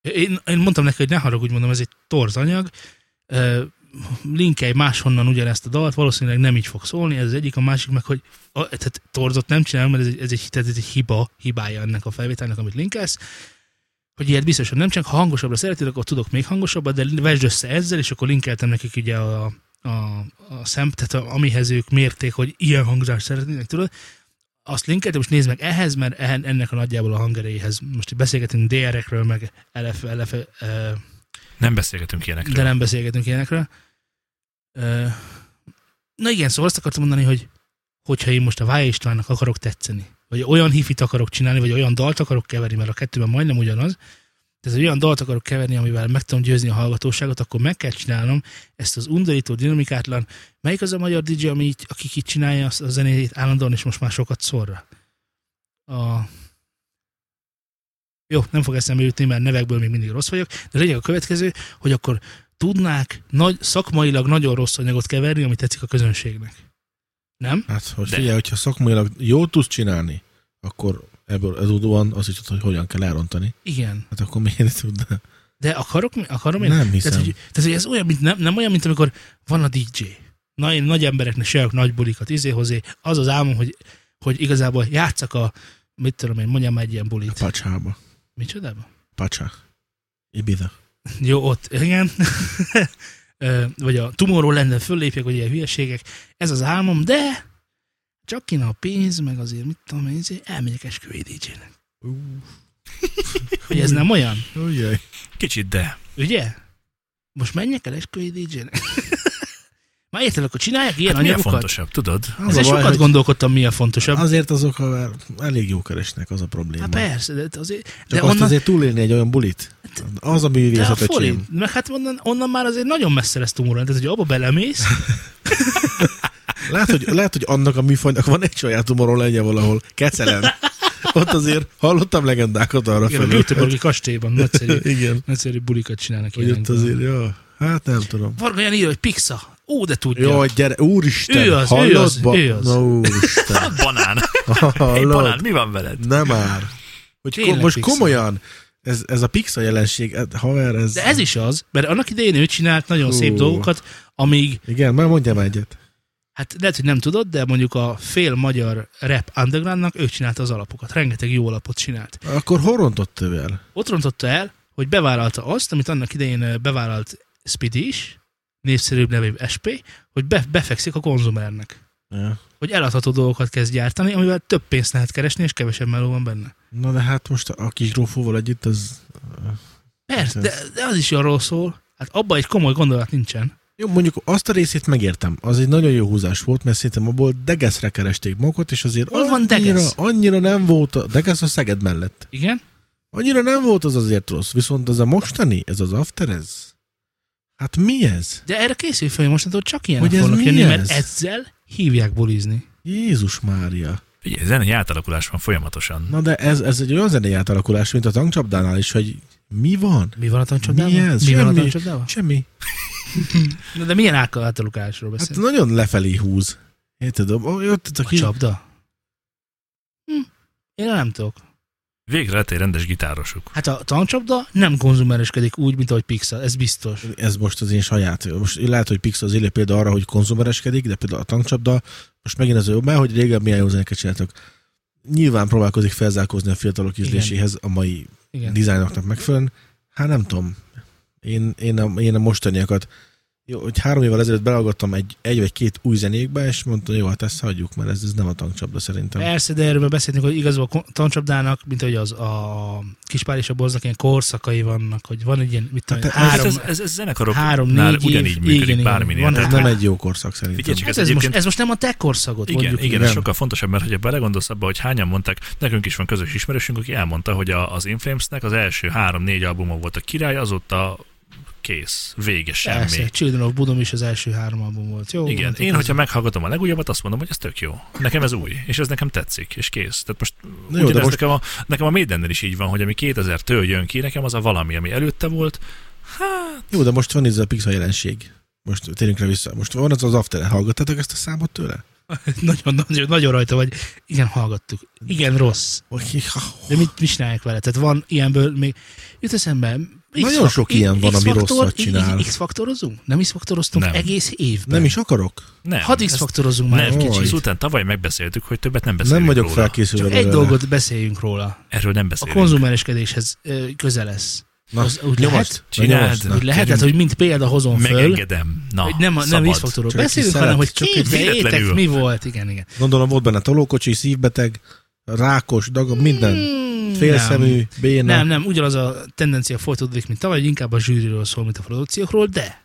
[SPEAKER 1] én, én mondtam neki, hogy ne haragudj, mondom, ez egy torz anyag, ö, linkelj máshonnan ugyanezt a dalt, valószínűleg nem így fog szólni, ez az egyik, a másik meg, hogy a, tehát torzot nem csinálom, mert ez egy, ez, egy, tehát ez egy hiba, hibája ennek a felvételnek, amit linkelsz, hogy ilyet biztosan nem csak, ha hangosabbra szeretnéd, akkor tudok még hangosabbat, de vesd össze ezzel, és akkor linkeltem nekik ugye a, a, a szem, tehát a, amihez ők mérték, hogy ilyen hangzást szeretnének, tudod, azt linkeltem, és nézd meg ehhez, mert ehen- ennek a nagyjából a hangerejéhez. Most itt beszélgetünk DR-ekről, meg LF, LF, ö,
[SPEAKER 2] Nem beszélgetünk ilyenekről.
[SPEAKER 1] de nem beszélgetünk ilyenekről. Ö, Na igen, szóval azt akartam mondani, hogy hogyha én most a Vája Istvánnak akarok tetszeni, vagy olyan hifit akarok csinálni, vagy olyan dalt akarok keverni, mert a kettőben majdnem ugyanaz, tehát olyan dalt akarok keverni, amivel meg tudom győzni a hallgatóságot, akkor meg kell csinálnom ezt az undorító, dinamikátlan. Melyik az a magyar DJ, ami így, aki így csinálja azt a zenét állandóan, és most már sokat szorra? A... Jó, nem fog eszembe jutni, mert nevekből még mindig rossz vagyok, de lényeg a következő, hogy akkor tudnák nagy, szakmailag nagyon rossz anyagot keverni, ami tetszik a közönségnek. Nem?
[SPEAKER 3] Hát, hogy
[SPEAKER 2] De.
[SPEAKER 3] figyelj, hogyha szakmailag jól tudsz csinálni, akkor ebből ezútban az is tudod, hogy hogyan kell elrontani.
[SPEAKER 1] Igen.
[SPEAKER 3] Hát akkor miért ne tudná?
[SPEAKER 1] De akarok, akarom én?
[SPEAKER 3] Nem hiszem.
[SPEAKER 1] Tehát, hogy, tehát, hogy ez olyan, mint, nem, nem olyan, mint amikor van a DJ. Na, én nagy embereknek sejök nagy bulikat, izé hozé. Az az álmom, hogy, hogy igazából játszak a, mit tudom én, mondjam egy ilyen bulit.
[SPEAKER 3] Pacsába.
[SPEAKER 1] Micsoda?
[SPEAKER 3] Pacsá. Ibiza.
[SPEAKER 1] Jó, ott, igen. Ö, vagy a tumorról lenne föllépjek, vagy ilyen hülyeségek. Ez az álmom, de csak kéne a pénz, meg azért, mit tudom én, izé, elmegyek esküvői DJ-nek. Hogy ez nem olyan?
[SPEAKER 3] Ujjaj.
[SPEAKER 2] Kicsit de.
[SPEAKER 1] Ugye? Most menjek el esküvői DJ-nek? Már érted, akkor csinálják ilyen
[SPEAKER 2] Hát mi a
[SPEAKER 1] anyagokat?
[SPEAKER 2] fontosabb, tudod?
[SPEAKER 3] Az
[SPEAKER 1] Ezzel
[SPEAKER 3] a baj,
[SPEAKER 1] sokat
[SPEAKER 3] hogy-
[SPEAKER 1] gondolkodtam, mi a fontosabb.
[SPEAKER 3] Azért azok, ha már elég jó keresnek, az a probléma.
[SPEAKER 1] Hát persze, de azért...
[SPEAKER 3] Csak
[SPEAKER 1] De
[SPEAKER 3] azt
[SPEAKER 1] onnan,
[SPEAKER 3] azért túlélni egy olyan bulit. Az a
[SPEAKER 1] de a
[SPEAKER 3] művészet, öcsém.
[SPEAKER 1] forint, meg hát onnan, onnan már azért nagyon messze lesz tumorán, tehát hogy abba belemész,
[SPEAKER 3] Lehet hogy, lehet, hogy annak a műfajnak van egy saját tumoron legyen valahol. Kecelen. Ott azért hallottam legendákat arra
[SPEAKER 1] igen, a
[SPEAKER 3] felül.
[SPEAKER 1] Göteborgi kastélyban nagyszerű,
[SPEAKER 3] Igen.
[SPEAKER 1] nagyszerű bulikat csinálnak.
[SPEAKER 3] Hogy ott
[SPEAKER 1] ilyenkor.
[SPEAKER 3] azért, ja. Hát nem tudom.
[SPEAKER 1] Varga Ján írja, hogy Pixa. Ó, de tudja.
[SPEAKER 3] Jaj, gyere, úristen,
[SPEAKER 1] Ő az, ő
[SPEAKER 3] hallod?
[SPEAKER 1] az,
[SPEAKER 3] ba-
[SPEAKER 1] ő az.
[SPEAKER 3] Na, úristen,
[SPEAKER 2] Banán. Hey, banán,
[SPEAKER 3] hallod?
[SPEAKER 2] mi van veled?
[SPEAKER 3] Nem már. Hogy
[SPEAKER 1] Tényleg
[SPEAKER 3] ko- most
[SPEAKER 1] Pixar.
[SPEAKER 3] komolyan, ez, ez a pixel jelenség, hát, haver, ez...
[SPEAKER 1] De ez is az, mert annak idején ő csinált nagyon szép
[SPEAKER 3] Hú.
[SPEAKER 1] dolgokat, amíg,
[SPEAKER 3] Igen, már mondjam egyet.
[SPEAKER 1] hát lehet, hogy nem tudod, de mondjuk a fél magyar rap undergroundnak ő csinálta az alapokat. Rengeteg jó alapot csinált.
[SPEAKER 3] Akkor horontott tővel.
[SPEAKER 1] Ott rontotta el, hogy bevállalta azt, amit annak idején ö, bevállalt Speedy is, népszerűbb nevébb SP, hogy be, befekszik a konzumernek.
[SPEAKER 3] Ja.
[SPEAKER 1] Hogy eladható dolgokat kezd gyártani, amivel több pénzt lehet keresni, és kevesebb meló van benne.
[SPEAKER 3] Na de hát most a kis rófóval együtt, az...
[SPEAKER 1] Persze,
[SPEAKER 3] Hát
[SPEAKER 1] de, de az is arról szól. Hát abban egy komoly gondolat nincsen.
[SPEAKER 3] Jó, mondjuk azt a részét megértem. Az egy nagyon jó húzás volt, mert szerintem abból degeszre keresték magukat, és azért
[SPEAKER 1] Hol van
[SPEAKER 3] annyira,
[SPEAKER 1] Degesz?
[SPEAKER 3] annyira nem volt a... Degesz a Szeged mellett.
[SPEAKER 1] Igen?
[SPEAKER 3] Annyira nem volt az azért rossz, viszont ez a mostani, ez az after, ez? Hát mi ez?
[SPEAKER 1] De erre készül fel, hogy mostantól csak ilyen
[SPEAKER 3] Hogy ez
[SPEAKER 1] fognak
[SPEAKER 3] mi
[SPEAKER 1] jönni, mert
[SPEAKER 3] ez?
[SPEAKER 1] ezzel hívják bulizni.
[SPEAKER 3] Jézus Mária.
[SPEAKER 2] Figyelj, zenei átalakulás van folyamatosan.
[SPEAKER 3] Na de ez, ez egy olyan zenei átalakulás, mint a tankcsapdánál is, hogy mi van?
[SPEAKER 1] Mi van a tancsodában?
[SPEAKER 3] Mi ez?
[SPEAKER 1] Mi van a
[SPEAKER 3] Semmi.
[SPEAKER 1] tancsodában?
[SPEAKER 3] Semmi.
[SPEAKER 1] Na, de milyen átalakásról
[SPEAKER 3] Hát
[SPEAKER 1] beszélünk?
[SPEAKER 3] nagyon lefelé húz. Érted? Ó, Jött itt a
[SPEAKER 1] Hát, a
[SPEAKER 3] ki...
[SPEAKER 1] csapda? Hm. Én nem tudok.
[SPEAKER 2] Végre lett egy rendes gitárosuk.
[SPEAKER 1] Hát a tancsapda nem konzumereskedik úgy, mint ahogy Pixel, ez biztos.
[SPEAKER 3] Ez most az én saját. Most lehet, hogy Pix az élő példa arra, hogy konzumereskedik, de például a tankcsapda, most megint az jobb, hogy régen milyen jó zenéket csináltak. Nyilván próbálkozik felzárkózni a fiatalok
[SPEAKER 1] Igen.
[SPEAKER 3] ízléséhez a mai
[SPEAKER 1] Igen.
[SPEAKER 3] dizájnoknak megfelelően. Hát nem tudom. Én, én, a, én a mostaniakat, jó, hogy három évvel ezelőtt belaggattam egy, egy vagy két új zenékbe, és mondtam, jó, hát ezt hagyjuk, mert ez, ez nem a tankcsapda szerintem. Hát
[SPEAKER 1] Persze, de erről már beszéltünk, hogy igazából a kon- tancsapdának, mint hogy az a kispár és a borznak ilyen korszakai vannak, hogy van egy ilyen, mit tudom,
[SPEAKER 3] Hát
[SPEAKER 1] hát,
[SPEAKER 3] ez-
[SPEAKER 2] Hát
[SPEAKER 1] három,
[SPEAKER 2] ez, ez, ez zenekaroknál
[SPEAKER 1] három, négy év,
[SPEAKER 2] ugyanígy működik
[SPEAKER 1] igen, igen.
[SPEAKER 2] bárminél.
[SPEAKER 1] Van
[SPEAKER 2] Tehát
[SPEAKER 3] ez
[SPEAKER 1] egy-
[SPEAKER 3] nem egy jó korszak szerintem.
[SPEAKER 2] Figyelj csak,
[SPEAKER 1] Hát
[SPEAKER 2] ez,
[SPEAKER 1] ez, most,
[SPEAKER 2] egyébként
[SPEAKER 1] ez most nem a te korszagot,
[SPEAKER 2] Igen,
[SPEAKER 1] mondjuk.
[SPEAKER 2] igen, ez
[SPEAKER 3] igen.
[SPEAKER 2] sokkal fontosabb, mert ha belegondolsz abba, hogy hányan mondták, nekünk is van közös ismerősünk, aki elmondta, hogy a, az Inflamesnek az első három-négy albuma volt a király, azóta kész, vége, semmi.
[SPEAKER 1] Persze, Children of Budom is az első három album volt. Jó,
[SPEAKER 2] Igen,
[SPEAKER 1] mondtuk,
[SPEAKER 2] én,
[SPEAKER 1] ez-
[SPEAKER 2] hogyha meghallgatom a legújabbat, azt mondom, hogy ez tök jó. Nekem ez új, és ez nekem tetszik, és kész. Tehát most,
[SPEAKER 3] Na
[SPEAKER 2] Na
[SPEAKER 3] jó, de
[SPEAKER 2] jó,
[SPEAKER 3] most-
[SPEAKER 2] most... nekem, a, nekem a Maidennel is így van, hogy ami 2000-től jön ki, nekem az a valami, ami előtte volt.
[SPEAKER 3] Jó, de most van ez a Pixar jelenség. Most térjünk rá vissza. Most van az az after Hallgattatok ezt a számot tőle?
[SPEAKER 1] nagyon, nagyon, nagyon rajta vagy. Igen, hallgattuk. Igen, rossz.
[SPEAKER 3] Oké, ha-
[SPEAKER 1] De mit, mit csinálják vele? Tehát van ilyenből még... Jut eszembe... X-
[SPEAKER 3] Nagyon sok
[SPEAKER 1] I-
[SPEAKER 3] ilyen van, ami
[SPEAKER 1] X-faktor-
[SPEAKER 3] rosszat
[SPEAKER 1] I- I-
[SPEAKER 3] csinál.
[SPEAKER 1] X-faktorozunk? Nem x-faktoroztunk
[SPEAKER 2] Nem.
[SPEAKER 1] egész évben.
[SPEAKER 3] Nem is akarok.
[SPEAKER 2] Nem,
[SPEAKER 1] Hadd
[SPEAKER 2] ezt-
[SPEAKER 1] x-faktorozunk már
[SPEAKER 2] nem,
[SPEAKER 1] egy
[SPEAKER 3] Jaj.
[SPEAKER 2] kicsit.
[SPEAKER 1] kicsit.
[SPEAKER 2] Azután tavaly megbeszéltük, hogy többet nem beszélünk
[SPEAKER 3] Nem vagyok
[SPEAKER 2] róla.
[SPEAKER 3] felkészülve.
[SPEAKER 1] Csak egy
[SPEAKER 3] vele.
[SPEAKER 1] dolgot beszéljünk róla.
[SPEAKER 2] Erről nem
[SPEAKER 1] A
[SPEAKER 2] beszélünk.
[SPEAKER 1] konzumereskedéshez ö, közel lesz.
[SPEAKER 3] Na,
[SPEAKER 1] az úgy
[SPEAKER 3] nyomasd.
[SPEAKER 1] lehet?
[SPEAKER 3] Na,
[SPEAKER 2] Csináld.
[SPEAKER 3] nyomasd. Na,
[SPEAKER 1] Úgy lehet, tehát, hogy mint példa hozom föl,
[SPEAKER 2] Megengedem. Na,
[SPEAKER 1] hogy nem, a- nem
[SPEAKER 2] Ah, szabad.
[SPEAKER 1] vízfaktorról
[SPEAKER 3] Csak egy
[SPEAKER 1] beszélünk,
[SPEAKER 3] kis
[SPEAKER 1] hanem hogy
[SPEAKER 3] szelet, csak egy
[SPEAKER 1] képzeljétek,
[SPEAKER 2] véletlenül.
[SPEAKER 1] mi volt. Igen, igen.
[SPEAKER 3] Gondolom volt benne tolókocsi, szívbeteg, rákos, daga, minden.
[SPEAKER 1] Hmm,
[SPEAKER 3] Félszemű, béna.
[SPEAKER 1] Nem, nem, ugyanaz a tendencia folytatódik, mint tavaly, hogy inkább a zsűriről szól, mint a produkciókról, de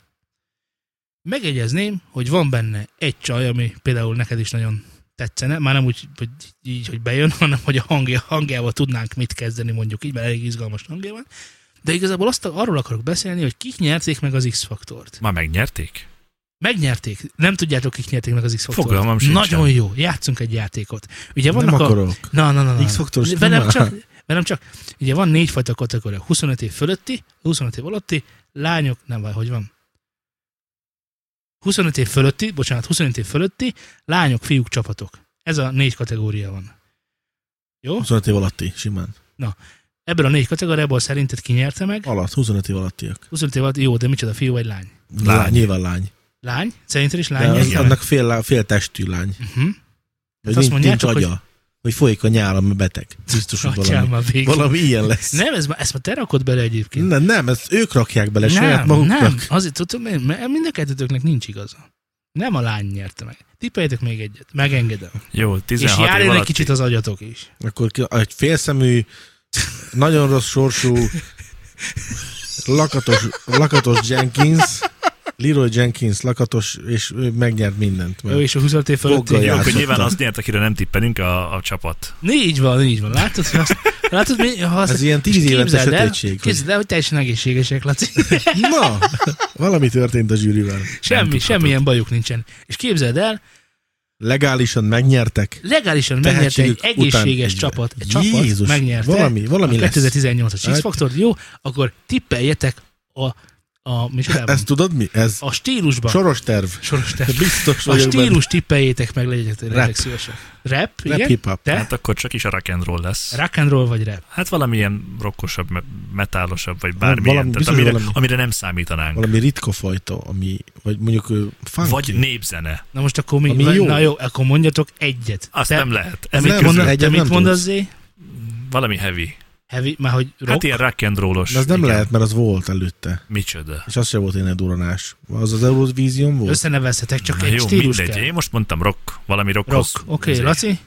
[SPEAKER 1] megegyezném, hogy van benne egy csaj, ami például neked is nagyon tetszene, már nem úgy, hogy így, hogy bejön, hanem hogy a hangja, hangjával tudnánk mit kezdeni, mondjuk így, mert elég izgalmas hangja van. De igazából azt arról akarok beszélni, hogy kik nyerték meg az X-faktort.
[SPEAKER 2] Már megnyerték?
[SPEAKER 1] Megnyerték. Nem tudjátok, kik nyerték meg az X-faktort.
[SPEAKER 2] Fogalmam sincsen.
[SPEAKER 1] Nagyon jó. Játszunk egy játékot. Ugye
[SPEAKER 3] Nem
[SPEAKER 1] vannak a,
[SPEAKER 3] akarok.
[SPEAKER 1] Na, na, na. na.
[SPEAKER 3] X-faktoros
[SPEAKER 1] velem
[SPEAKER 3] téma?
[SPEAKER 1] csak, velem csak. Ugye van négyfajta kategória. 25 év fölötti, 25 év alatti, lányok, nem vagy, hogy van? 25 év fölötti, bocsánat, 25 év fölötti, lányok, fiúk, csapatok. Ez a négy kategória van. Jó?
[SPEAKER 3] 25 év alatti, simán.
[SPEAKER 1] Ebből a négy kategóriából szerinted kinyerte meg?
[SPEAKER 3] Alatt, 25 év alattiak.
[SPEAKER 1] 25 év alatti, jó, de micsoda, fiú vagy lány?
[SPEAKER 2] Lány.
[SPEAKER 3] Lány. Nyilván lány.
[SPEAKER 1] Lány? Szerinted is
[SPEAKER 3] De
[SPEAKER 1] lány?
[SPEAKER 3] az,
[SPEAKER 1] nyerte meg?
[SPEAKER 3] annak fél, lá- fél testű lány.
[SPEAKER 1] Uh-huh.
[SPEAKER 3] Hogy
[SPEAKER 1] azt
[SPEAKER 3] nincs, nincs
[SPEAKER 1] mondjátok,
[SPEAKER 3] agya. Hogy... hogy folyik a nyál, ami beteg. Biztos, hogy valami,
[SPEAKER 1] Atyám a végén.
[SPEAKER 3] valami ilyen lesz.
[SPEAKER 1] Nem, ez, ma- ezt ma te rakod bele egyébként.
[SPEAKER 3] Nem, nem, ezt ők rakják bele saját
[SPEAKER 1] Nem,
[SPEAKER 3] maguknak.
[SPEAKER 1] nem, azért tudtam, én, mert mind a kettőtöknek nincs igaza. Nem a lány nyerte meg. Tippeljetek még egyet, megengedem.
[SPEAKER 2] Jó,
[SPEAKER 1] És
[SPEAKER 2] 16 év
[SPEAKER 1] járjon egy
[SPEAKER 2] alatt.
[SPEAKER 1] kicsit az agyatok is.
[SPEAKER 3] Akkor ki- egy félszemű, nagyon rossz sorsú, lakatos, lakatos Jenkins, Leroy Jenkins lakatos, és ő megnyert mindent.
[SPEAKER 1] Ő
[SPEAKER 3] Mert
[SPEAKER 1] és a 25 év
[SPEAKER 3] Foggal
[SPEAKER 1] fölötti.
[SPEAKER 2] Jó, akkor
[SPEAKER 3] játszottam.
[SPEAKER 2] nyilván azt nyert, akire nem tippelünk a, a csapat.
[SPEAKER 1] Így van, így van. Látod, hogy azt, látod, mi, ha azt,
[SPEAKER 3] ez ilyen tíz
[SPEAKER 1] és
[SPEAKER 3] éves
[SPEAKER 1] képzeld el,
[SPEAKER 3] sötétség. Hogy...
[SPEAKER 1] Képzeld el, hogy teljesen egészségesek, Laci.
[SPEAKER 3] Na, valami történt a zsűrivel.
[SPEAKER 1] Semmi,
[SPEAKER 2] tudhatod.
[SPEAKER 1] semmilyen bajuk nincsen. És képzeld el,
[SPEAKER 3] Legálisan megnyertek.
[SPEAKER 1] legálisan megnyerte egy
[SPEAKER 3] Tehetségük után
[SPEAKER 1] egészséges
[SPEAKER 3] így-
[SPEAKER 1] csapat. Egy csapat
[SPEAKER 3] Jézus,
[SPEAKER 1] megnyerte.
[SPEAKER 3] valami, valami
[SPEAKER 1] a
[SPEAKER 3] lesz.
[SPEAKER 1] 2018-as
[SPEAKER 3] Hát-
[SPEAKER 1] X-faktor, jó, akkor tippeljetek a a micsolában?
[SPEAKER 3] Ezt tudod mi? Ez
[SPEAKER 1] A stílusban.
[SPEAKER 3] soros terv.
[SPEAKER 1] Soros te.
[SPEAKER 3] Biztos
[SPEAKER 1] A
[SPEAKER 3] vagyok benne.
[SPEAKER 1] stílus tippeljétek meg, legyetek, legyetek szívesek. Rap,
[SPEAKER 3] Rap
[SPEAKER 1] igen?
[SPEAKER 3] hip-hop.
[SPEAKER 1] Te?
[SPEAKER 2] Hát akkor csak is a rock and roll lesz.
[SPEAKER 1] Rock and roll vagy rap?
[SPEAKER 2] Hát valamilyen rokkosabb, me- metálosabb, vagy bármilyen.
[SPEAKER 3] valami-
[SPEAKER 2] tehát
[SPEAKER 3] biztos
[SPEAKER 2] amire,
[SPEAKER 3] valami.
[SPEAKER 2] amire nem számítanánk.
[SPEAKER 3] Valami ritka fajta, ami, vagy mondjuk ö, funky.
[SPEAKER 2] Vagy népzene.
[SPEAKER 1] Na most akkor mi?
[SPEAKER 3] Ami
[SPEAKER 1] vagy-
[SPEAKER 3] jó.
[SPEAKER 1] Na jó, akkor mondjatok egyet.
[SPEAKER 2] Azt
[SPEAKER 1] Te-
[SPEAKER 2] nem lehet.
[SPEAKER 1] te
[SPEAKER 2] Ez
[SPEAKER 1] mit
[SPEAKER 3] nem,
[SPEAKER 1] mondasz-
[SPEAKER 3] egyet
[SPEAKER 1] Te mit
[SPEAKER 3] nem
[SPEAKER 1] mondasz,
[SPEAKER 3] tudsz.
[SPEAKER 1] Zé?
[SPEAKER 2] valami heavy.
[SPEAKER 1] Heavy, már hogy rock?
[SPEAKER 2] Hát ilyen rock and rollos.
[SPEAKER 3] De ez nem
[SPEAKER 2] igen.
[SPEAKER 3] lehet, mert az volt előtte.
[SPEAKER 2] Micsoda.
[SPEAKER 3] És az sem volt tényleg duranás. Az az Eurovision volt?
[SPEAKER 1] Összenevezhetek, csak
[SPEAKER 2] Na
[SPEAKER 1] egy
[SPEAKER 2] jó,
[SPEAKER 1] stílus
[SPEAKER 2] mindegy.
[SPEAKER 1] kell.
[SPEAKER 2] Én most mondtam rock. Valami rockhoz.
[SPEAKER 1] Rock. Oké,
[SPEAKER 2] izé.
[SPEAKER 1] Laci?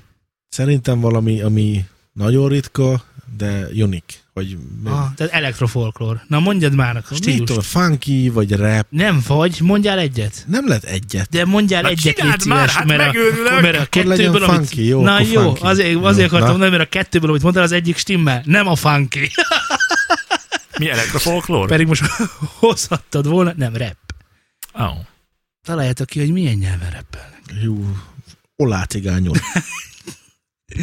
[SPEAKER 3] Szerintem valami, ami nagyon ritka, de unik. Vagy
[SPEAKER 1] Ah, tehát elektrofolklór. Na mondjad már a
[SPEAKER 3] mit tudom,
[SPEAKER 1] stílus.
[SPEAKER 3] funky, vagy rap.
[SPEAKER 1] Nem vagy, mondjál egyet.
[SPEAKER 3] Nem lehet egyet.
[SPEAKER 1] De mondjál
[SPEAKER 2] Na
[SPEAKER 1] egyet,
[SPEAKER 2] csináld
[SPEAKER 1] légy szíves,
[SPEAKER 2] már, hát
[SPEAKER 1] mert, a,
[SPEAKER 2] megőrülök.
[SPEAKER 1] mert a
[SPEAKER 3] Akkor legyen
[SPEAKER 1] kettőből, amit...
[SPEAKER 3] funky, jó,
[SPEAKER 1] Na
[SPEAKER 3] akkor
[SPEAKER 1] jó,
[SPEAKER 3] funky.
[SPEAKER 1] azért, azért
[SPEAKER 3] Jó,
[SPEAKER 1] akartam
[SPEAKER 3] na.
[SPEAKER 1] mondani, mert a kettőből, amit mondtál, az egyik stimmel. Nem a funky.
[SPEAKER 2] Mi elektrofolklór?
[SPEAKER 1] Pedig most hozhattad volna. Nem, rap.
[SPEAKER 2] Oh.
[SPEAKER 1] Találjátok ki, hogy milyen nyelven rappelnek.
[SPEAKER 3] Jú, olá cigányul.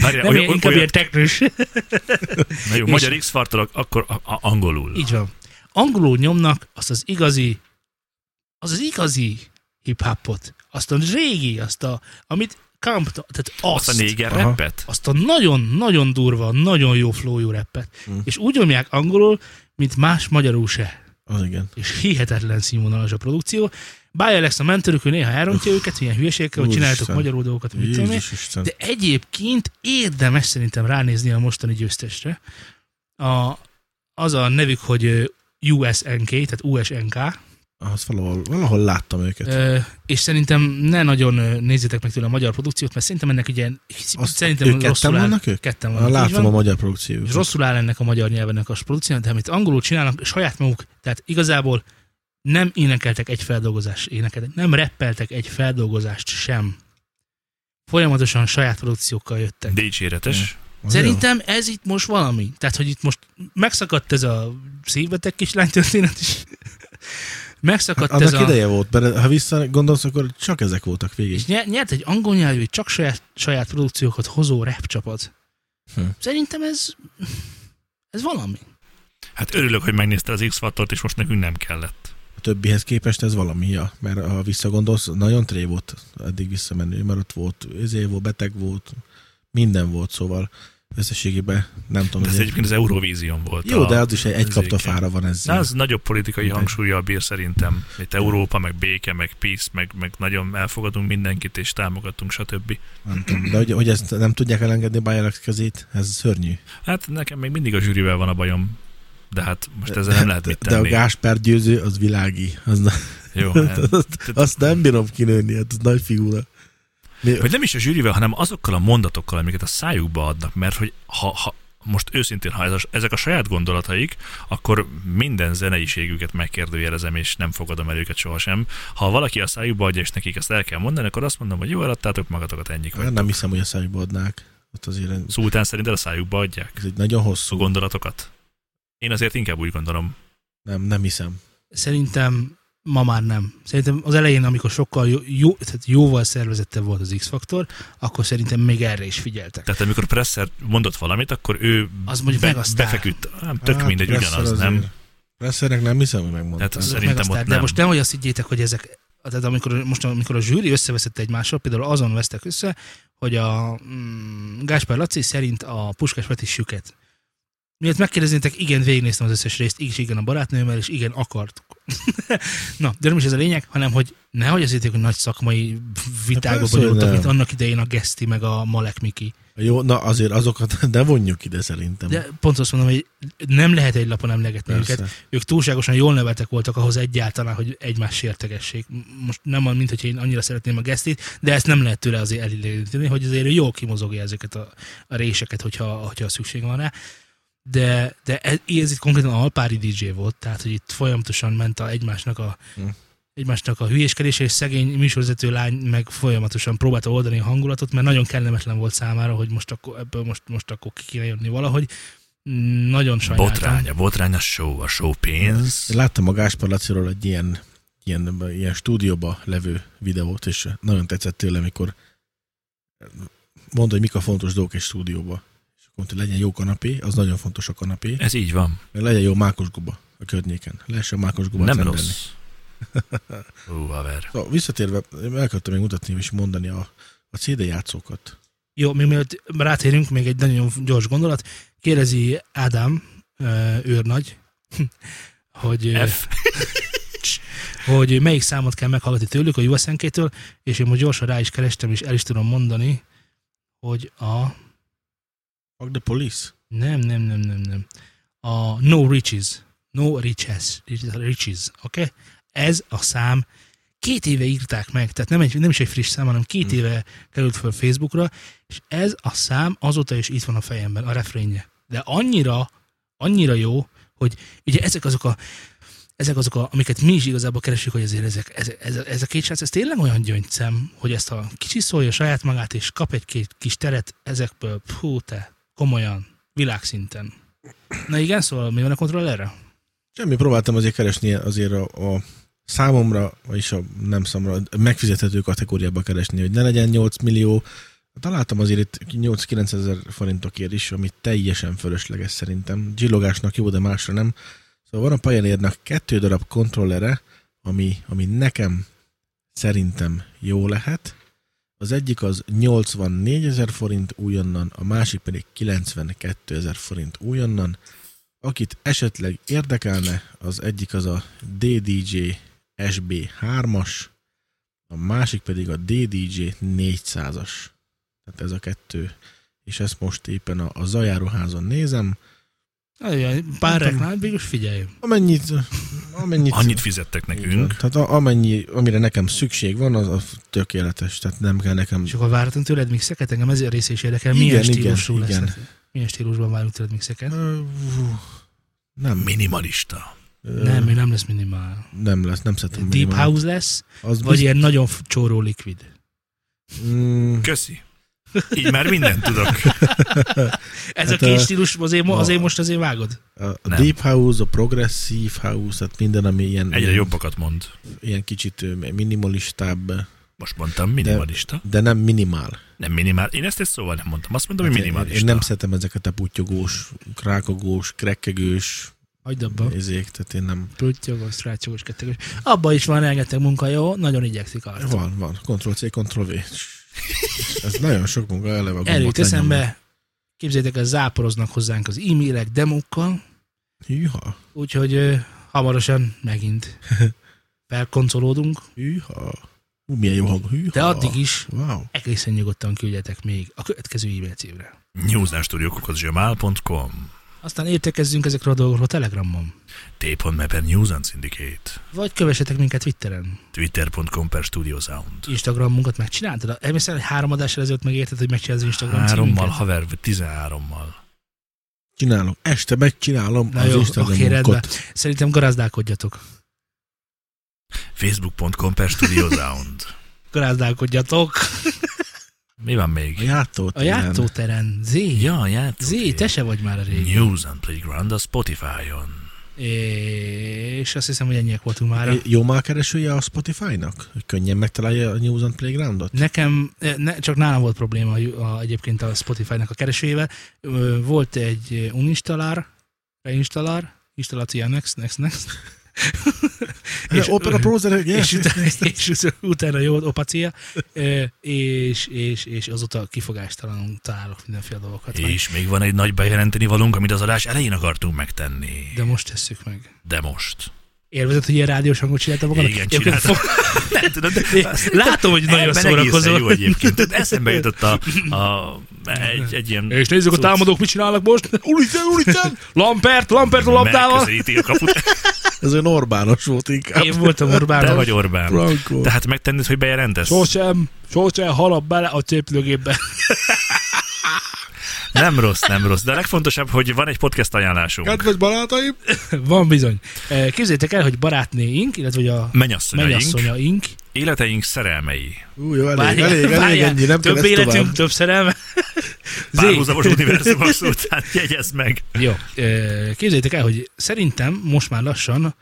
[SPEAKER 2] Várjál,
[SPEAKER 1] Nem,
[SPEAKER 2] olyan-
[SPEAKER 1] olyan, inkább
[SPEAKER 2] olyan-
[SPEAKER 1] ilyen teknős.
[SPEAKER 2] Na jó,
[SPEAKER 1] És-
[SPEAKER 2] magyar x akkor a, a, angolul.
[SPEAKER 1] Így van. Angolul nyomnak azt az igazi, az az igazi hip-hopot. Azt a régi, azt a, amit Compton, tehát azt,
[SPEAKER 2] Azt a néger
[SPEAKER 3] Aha.
[SPEAKER 2] rappet?
[SPEAKER 1] azt a nagyon-nagyon durva, nagyon jó flowjú rappet.
[SPEAKER 3] Hm.
[SPEAKER 1] És úgy nyomják angolul, mint más magyarul se.
[SPEAKER 3] Az igen.
[SPEAKER 1] És hihetetlen színvonalas a produkció. Bája lesz a mentorük, ő néha elrontja őket, ilyen hülyeségekkel, hogy
[SPEAKER 3] Úristen.
[SPEAKER 1] csináltok magyarul dolgokat, mit tudom én.
[SPEAKER 3] Jézus Isten.
[SPEAKER 1] De egyébként érdemes szerintem ránézni a mostani győztesre. A, az a nevük, hogy ö, USNK, tehát USNK,
[SPEAKER 3] Azt valahol, valahol láttam őket.
[SPEAKER 1] ö, és szerintem ne nagyon ö, nézzétek meg tőle a magyar produkciót, mert szerintem ennek ugye,
[SPEAKER 3] Azt-
[SPEAKER 1] szerintem
[SPEAKER 3] ők ketten
[SPEAKER 1] rosszul áll.
[SPEAKER 3] vannak ők?
[SPEAKER 1] Ketten
[SPEAKER 3] Na,
[SPEAKER 1] vannak, így
[SPEAKER 3] láttam
[SPEAKER 1] van.
[SPEAKER 3] a magyar produkciót.
[SPEAKER 1] És rosszul áll ennek a magyar nyelvenek a produkciónak, de hát, amit angolul csinálnak, saját maguk, tehát igazából nem énekeltek egy feldolgozást, énekeltek, nem reppeltek egy feldolgozást sem. Folyamatosan saját produkciókkal jöttek.
[SPEAKER 2] Dicséretes.
[SPEAKER 3] Az
[SPEAKER 1] Szerintem ez itt most valami. Tehát, hogy itt most megszakadt ez a szívbeteg kislány történet is.
[SPEAKER 3] jó.
[SPEAKER 1] megszakadt
[SPEAKER 3] Hát
[SPEAKER 1] ez
[SPEAKER 3] annak
[SPEAKER 1] a...
[SPEAKER 3] ideje volt, mert ha visszagondolsz, akkor csak ezek voltak végig.
[SPEAKER 1] És nye- nyert egy angol nyelvű, csak saját, saját produkciókat hozó rap csapat.
[SPEAKER 3] Hm.
[SPEAKER 1] Szerintem ez... Ez valami.
[SPEAKER 2] Hát örülök, hogy megnézte az x faktort és most nekünk nem kellett.
[SPEAKER 3] A többihez képest ez valami, ja. mert ha visszagondolsz, nagyon tré volt eddig visszamenő, mert ott volt, ezért volt, beteg volt, minden volt, szóval összességében nem tudom.
[SPEAKER 2] De ez
[SPEAKER 3] hogy-
[SPEAKER 2] egyébként az Eurovízión volt.
[SPEAKER 3] Jó,
[SPEAKER 2] a-
[SPEAKER 3] de az is egy, egy
[SPEAKER 2] az
[SPEAKER 3] kapta
[SPEAKER 2] igen.
[SPEAKER 3] fára van
[SPEAKER 2] Na,
[SPEAKER 3] ezzel.
[SPEAKER 2] az nagyobb politikai
[SPEAKER 3] Mindegy.
[SPEAKER 2] hangsúlyjal bír szerintem. Itt Európa, meg béke, meg peace, meg, meg nagyon elfogadunk mindenkit, és támogatunk, stb.
[SPEAKER 3] Nem tudom, de hogy, hogy ezt nem tudják elengedni Bayer kezét, ez szörnyű.
[SPEAKER 2] Hát nekem még mindig a zsűrivel van a bajom, de hát most ezzel nem lehet mit
[SPEAKER 3] De, de a
[SPEAKER 2] tenni.
[SPEAKER 3] Gáspár győző, az világi. Az, na-
[SPEAKER 2] Jó, hát.
[SPEAKER 3] azt, azt nem bírom kinőni, hát az nagy figura. Mi,
[SPEAKER 2] Vagy nem is a zsűrivel, hanem azokkal a mondatokkal, amiket a szájukba adnak, mert hogy ha, ha most őszintén, ha ez a, ezek a saját gondolataik, akkor minden zeneiségüket megkérdőjelezem, és nem fogadom el őket sohasem. Ha valaki a szájukba adja, és nekik ezt el kell mondani, akkor azt mondom, hogy jól adtátok magatokat, ennyi.
[SPEAKER 3] Hát nem hiszem, hogy a szájba adnák. Ott azért
[SPEAKER 2] Szultán szerinted a szájukba adják
[SPEAKER 3] ez egy nagyon
[SPEAKER 2] a
[SPEAKER 3] hosszú.
[SPEAKER 2] gondolatokat? Én azért inkább úgy gondolom.
[SPEAKER 3] Nem, nem hiszem.
[SPEAKER 1] Szerintem ma már nem. Szerintem az elején, amikor sokkal jó, jó, tehát jóval szervezettebb volt az X-faktor, akkor szerintem még erre is figyeltek.
[SPEAKER 2] Tehát amikor Presser mondott valamit, akkor ő
[SPEAKER 1] Az mondjuk meg a sztár.
[SPEAKER 2] befeküdt. Nem, tök
[SPEAKER 3] Hát,
[SPEAKER 2] mindegy,
[SPEAKER 3] Presser
[SPEAKER 2] ugyanaz,
[SPEAKER 3] azért-
[SPEAKER 2] nem? Hát-
[SPEAKER 3] Pressernek nem hiszem, hogy megmondta.
[SPEAKER 2] Tehát
[SPEAKER 1] Azok
[SPEAKER 2] szerintem
[SPEAKER 1] meg aztán-
[SPEAKER 2] ott
[SPEAKER 1] De
[SPEAKER 2] nem.
[SPEAKER 1] most nehogy azt higgyétek, hogy ezek, tehát amikor, most, amikor a zsűri összeveszett egymással, például azon vesztek össze, hogy a mm, Gáspár Laci szerint a Puskás Peti süket. Miért megkérdeznétek, igen, végignéztem az összes részt, így is igen a barátnőmmel, és igen, akartuk. Na, de nem is ez a lényeg, hanem hogy nehogy azt hitték, hogy nagy szakmai vitákba
[SPEAKER 3] Hát persze, hogy
[SPEAKER 1] bonyolultak,
[SPEAKER 3] nem.
[SPEAKER 1] mint annak idején a Geszti meg a Malek Miki.
[SPEAKER 3] Jó, na azért azokat ne vonjuk ide szerintem.
[SPEAKER 1] De pont azt mondom, hogy nem lehet egy lapon emlegetni
[SPEAKER 3] Persze.
[SPEAKER 1] őket, ők túlságosan jól neveltek voltak ahhoz egyáltalán, hogy egymás sértegessék. M- Most nem olyan, mint hogy én annyira szeretném a gesztit, de ezt nem lehet tőle azért elidőteni, hogy azért ő jól kimozogja ezeket a, a réseket, hogyha, hogyha szükség van rá. De, de ez, ez itt konkrétan alpári DJ volt, tehát hogy itt folyamatosan ment a egymásnak a
[SPEAKER 3] Hm.
[SPEAKER 1] egymásnak a hülyéskedése, és szegény műsorvezető lány meg folyamatosan próbálta oldani a hangulatot, mert nagyon kellemetlen volt számára, hogy most akkor, ebből most, most akkor ki kéne jönni valahogy. Nagyon sajnáltam.
[SPEAKER 2] Botrány, a botrány, a show, a show pénz.
[SPEAKER 3] Én láttam a Gáspár Laciról egy ilyen, ilyen, ilyen stúdióba levő videót, és nagyon tetszett tőle, amikor mondta, hogy mik a fontos dolgok egy stúdióba. És akkor mondta, hogy legyen jó kanapé, az nagyon fontos a kanapé,
[SPEAKER 2] Ez így van.
[SPEAKER 3] meg legyen jó mákos guba. a környéken. Lehessen mákos gumát
[SPEAKER 2] Nem
[SPEAKER 3] rendelni.
[SPEAKER 2] rossz. Ú, haver.
[SPEAKER 3] Szóval visszatérve, én el kellett még mutatni és mondani a, a CD játszókat.
[SPEAKER 1] Jó, még mielőtt rátérünk, még egy nagyon gyors gondolat. Kérdezi Ádám, ö, őrnagy, hogy, ö,
[SPEAKER 2] F.
[SPEAKER 1] hogy melyik számot kell meghallgatni tőlük, a USNK-től, és én most gyorsan rá is kerestem, és el is tudom mondani, hogy a...
[SPEAKER 3] Fuck the police.
[SPEAKER 1] Nem, nem, nem, nem, nem. A No Riches. No Riches. Riches, oké? Okay? Ez a szám két éve írták meg, tehát nem, egy, nem is egy friss szám, hanem két
[SPEAKER 3] Hmm.
[SPEAKER 1] éve került föl Facebookra, és ez a szám azóta is itt van a fejemben, a refrénje. De annyira, annyira jó, hogy ugye ezek azok a ezek azok, a, amiket mi is igazából keresünk, hogy azért ezek, ez, ez, ez a két srác, ez tényleg olyan gyöngyszem, hogy ezt a kicsiszolja saját magát, és kap egy-két kis teret ezekből. Hú, te, komolyan, világszinten. Na igen, szóval mi van a kontrollerre?
[SPEAKER 3] Semmi, próbáltam azért keresni azért a, a számomra, és a nem számomra, megfizethető kategóriába keresni, hogy ne legyen 8 millió. Találtam azért itt 8-9 ezer forintokért is, ami teljesen fölösleges szerintem. Gyillogásnak jó, de másra nem. Szóval van a Pioneernak kettő darab kontrollere, ami, ami nekem szerintem jó lehet. Az egyik az 84 ezer forint újonnan, a másik pedig 92 ezer forint újonnan. Akit esetleg érdekelne, az egyik az a DDJ SB3-as, a másik pedig a DDJ 400-as. Tehát ez a kettő. És ezt most éppen a, a zajáróházon nézem.
[SPEAKER 1] Na, igen, pár
[SPEAKER 3] Nem tudom.
[SPEAKER 1] reklám, végülis figyelj.
[SPEAKER 3] Amennyit, amennyit
[SPEAKER 2] Annyit fizettek
[SPEAKER 3] Így van.
[SPEAKER 2] nekünk.
[SPEAKER 3] Tehát a, amennyi, amire nekem szükség van, az, az tökéletes. Tehát nem kell nekem...
[SPEAKER 1] És akkor várhatunk tőled mixeket? Engem ezért a része is érdekel, milyen
[SPEAKER 3] Igen, igen,
[SPEAKER 1] stílusú lesz.
[SPEAKER 3] igen.
[SPEAKER 1] Milyen stílusban várunk tőled mixeket?
[SPEAKER 3] Ö, hú, Nem,
[SPEAKER 2] Minimalista.
[SPEAKER 3] ö,
[SPEAKER 1] Nem, még nem lesz minimál.
[SPEAKER 3] nem lesz, nem szeretem.
[SPEAKER 1] Deep
[SPEAKER 3] minimálni.
[SPEAKER 1] house lesz,
[SPEAKER 3] Az
[SPEAKER 1] vagy ilyen nagyon f- csóró likvid.
[SPEAKER 3] biz- mm,
[SPEAKER 2] Köszi. Így már mindent tudok.
[SPEAKER 1] Ez
[SPEAKER 3] Hát,
[SPEAKER 1] a két
[SPEAKER 3] ö,
[SPEAKER 1] stílus azért, mo-
[SPEAKER 3] a-
[SPEAKER 1] azért most azért vágod?
[SPEAKER 3] a a
[SPEAKER 2] Nem.
[SPEAKER 3] deep house, a progressive house, tehát minden, ami ilyen,
[SPEAKER 2] Egyre
[SPEAKER 3] ilyen,
[SPEAKER 2] jobbakat mond.
[SPEAKER 3] ilyen kicsit ö, minimalistább,
[SPEAKER 2] Most mondtam minimalista.
[SPEAKER 3] de nem minimál.
[SPEAKER 2] Nem minimál. Én ezt egy szóval nem mondtam. Azt mondom, hogy
[SPEAKER 3] Hát én-
[SPEAKER 2] minimalista.
[SPEAKER 3] Én nem szeretem ezeket a putyogós, krákogós, krekkegős
[SPEAKER 1] Hagyd abba.
[SPEAKER 3] ezék, tehát én nem...
[SPEAKER 1] Pruttyogos, srácogos, kettegős. Abba is van rengeteg munka, jó? Nagyon igyekszik arra.
[SPEAKER 3] Van, van. Ctrl-C, Ctrl-V. Ez nagyon sok munka eleve a
[SPEAKER 1] Erről
[SPEAKER 3] gombot
[SPEAKER 1] jut eszembe, képzeljétek, el, záporoznak hozzánk az e-mailek demókkal,
[SPEAKER 3] lenyomni. Hűha,
[SPEAKER 1] úgyhogy ö, hamarosan megint felkoncolódunk,
[SPEAKER 3] hűha. Hú, milyen jó hang. Hűha.
[SPEAKER 1] de addig is
[SPEAKER 3] Wow.
[SPEAKER 1] egészen nyugodtan küldjetek még a következő e-mail címre.
[SPEAKER 2] newsnastudiokokozsömál.com
[SPEAKER 1] Aztán értekezzünk ezekről a dolgokról Telegramon,
[SPEAKER 2] t.me per News and Syndicate
[SPEAKER 1] vagy kövessetek minket Twitteren.
[SPEAKER 2] twitter.com per Studio Sound
[SPEAKER 1] Instagramunkat megcsináltad? Emlékszel, hogy három adással ezelőtt megérted, hogy megcsinálsz az Instagram
[SPEAKER 2] Hárommal,
[SPEAKER 1] címünket?
[SPEAKER 2] haver, 13-mal.
[SPEAKER 3] Csinálom. Este megcsinálom
[SPEAKER 1] Na
[SPEAKER 3] Na az
[SPEAKER 1] jó,
[SPEAKER 3] jó,
[SPEAKER 1] oké, rendben.
[SPEAKER 3] Instagramunkat.
[SPEAKER 1] Szerintem garázdálkodjatok.
[SPEAKER 2] Facebook.com per Studio Sound.
[SPEAKER 1] Garázdálkodjatok
[SPEAKER 2] Mi van
[SPEAKER 3] A
[SPEAKER 2] még?
[SPEAKER 3] játót.
[SPEAKER 1] a játszóteren. Zé,
[SPEAKER 2] Ja, játszok.
[SPEAKER 1] Zé, te se vagy már a régi.
[SPEAKER 2] News and Playground a Spotify-on.
[SPEAKER 1] És azt hiszem, hogy ennyiek voltunk már.
[SPEAKER 3] Jó már keresője a Spotify-nak? Hogy könnyen megtalálja a News and Playgroundot?
[SPEAKER 1] Nekem, eh, ne, csak nálam volt probléma a, a, egyébként a Spotify-nak a keresőjével. Ö, Volt egy uninstallár, reinstallár, installáció next, next, next. Hát,
[SPEAKER 3] És Opera Browser,
[SPEAKER 1] és,
[SPEAKER 3] yes.
[SPEAKER 1] utána, és utána jó opacia, ö, és, és, és azóta kifogástalanul találok mindenféle dolgokat. meg.
[SPEAKER 2] És még van egy nagy bejelenteni valunk, amit az adás elején akartunk megtenni.
[SPEAKER 1] De most tesszük meg.
[SPEAKER 2] De most.
[SPEAKER 1] Élvezett, hogy ilyen rádiós hangot csináltam magad?
[SPEAKER 2] Igen, csináltam. Nem tudom, de
[SPEAKER 1] Látom, hogy nagyon
[SPEAKER 2] Ebben egészen jó
[SPEAKER 1] szórakozol.
[SPEAKER 2] egyébként. Tehát eszembe jutott a, a egy, egy ilyen...
[SPEAKER 1] És nézzük, a
[SPEAKER 2] cucc.
[SPEAKER 1] támadók mit csinálnak most. Úristen, úristen! Lampert, Lampert a labdával!
[SPEAKER 2] Megközelíti a kaput.
[SPEAKER 3] Ez olyan Orbános volt inkább.
[SPEAKER 1] Én voltam
[SPEAKER 2] Te
[SPEAKER 1] Orbán.
[SPEAKER 2] vagy Orbán.
[SPEAKER 3] Franco.
[SPEAKER 2] Tehát megtenned, hogy bejelentesz?
[SPEAKER 1] Sosem, sosem halap bele a cséplőgépbe.
[SPEAKER 2] Nem rossz, nem rossz. De a legfontosabb, hogy van egy podcast ajánlásunk.
[SPEAKER 3] Kedves barátaim!
[SPEAKER 1] Van bizony. Eh, Képzeljétek el, hogy barátnéink, illetve hogy a
[SPEAKER 2] Menyasszonyaink,
[SPEAKER 1] mennyasszonyaink.
[SPEAKER 2] életeink szerelmei.
[SPEAKER 3] Ú, jó, elég, elég, elég, ennyi, nem kell
[SPEAKER 1] több
[SPEAKER 3] ezt
[SPEAKER 1] életünk,
[SPEAKER 3] tovább.
[SPEAKER 1] több szerelme. Zé,
[SPEAKER 2] Párhuzamos univerzumok szó után jegyezd meg.
[SPEAKER 1] Jó, ö, képzeljétek el, hogy szerintem most már lassan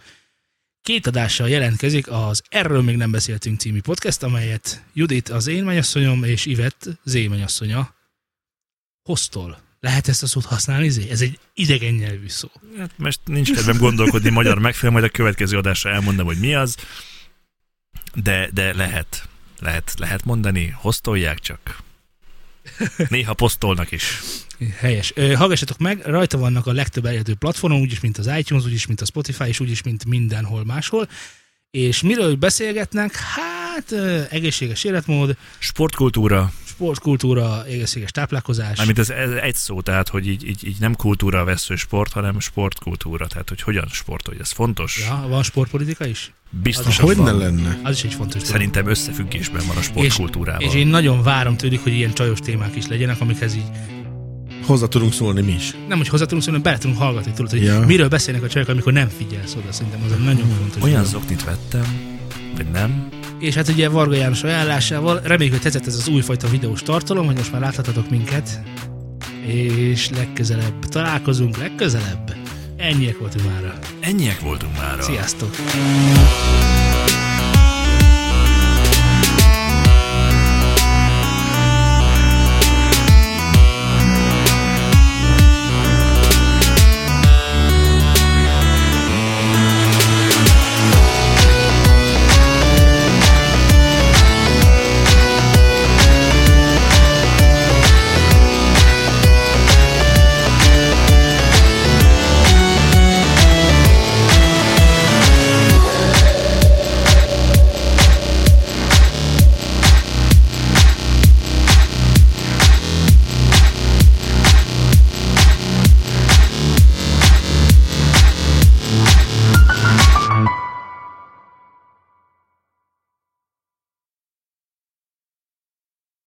[SPEAKER 1] két adással jelentkezik az Erről még nem beszéltünk című podcast, amelyet Judit az én mennyasszonyom és Ivett az én mennyasszonya hoztol. Lehet ezt a szót használni? Izé? Ez egy idegen nyelvű szó.
[SPEAKER 2] Hát most nincs kedvem gondolkodni magyar megfelel, majd a következő adásra elmondom, hogy mi az. De, de lehet. Lehet, lehet mondani, hoztolják csak. Néha posztolnak is.
[SPEAKER 1] Helyes. Ö, Hallgassatok meg, rajta vannak a legtöbb elérhető platformon, úgyis, mint az iTunes, úgyis, mint a Spotify, és úgyis, mint mindenhol máshol. És miről beszélgetnek? Hát ö, egészséges életmód,
[SPEAKER 2] Sportkultúra,
[SPEAKER 1] sportkultúra, egészséges táplálkozás.
[SPEAKER 2] mármint ez, ez egy szó, tehát hogy így, így, így nem kultúra a vesző sport, hanem sportkultúra, tehát hogy hogyan sportolj, ez fontos. Ja,
[SPEAKER 1] Ja, van sportpolitika is?
[SPEAKER 2] Biztosan
[SPEAKER 3] Hogy ne
[SPEAKER 2] van.
[SPEAKER 3] lenne?
[SPEAKER 1] Az is egy fontos dolog.
[SPEAKER 2] Szerintem összefüggésben van a sportkultúrával.
[SPEAKER 1] És én nagyon várom tőlük, hogy ilyen csajos témák is legyenek, amikhez így
[SPEAKER 3] Hozzá tudunk szólni mi is.
[SPEAKER 1] nem, hogy hozzá tudunk szólni, hanem bele tudunk hallgatni, tudod, hogy
[SPEAKER 3] Ja.
[SPEAKER 1] miről beszélnek a csajok, amikor nem figyelsz oda, szerintem az egy nagyon fontos.
[SPEAKER 2] Hmm. Olyan
[SPEAKER 1] dolog.
[SPEAKER 2] zoknit vettem, vagy nem,
[SPEAKER 1] És hát ugye Varga János ajánlásával, reméljük, hogy tetszett ez az újfajta videós tartalom, hogy most már láthatatok minket, és legközelebb találkozunk, legközelebb. Ennyiek voltunk mára.
[SPEAKER 2] Ennyiek voltunk már.
[SPEAKER 1] Sziasztok!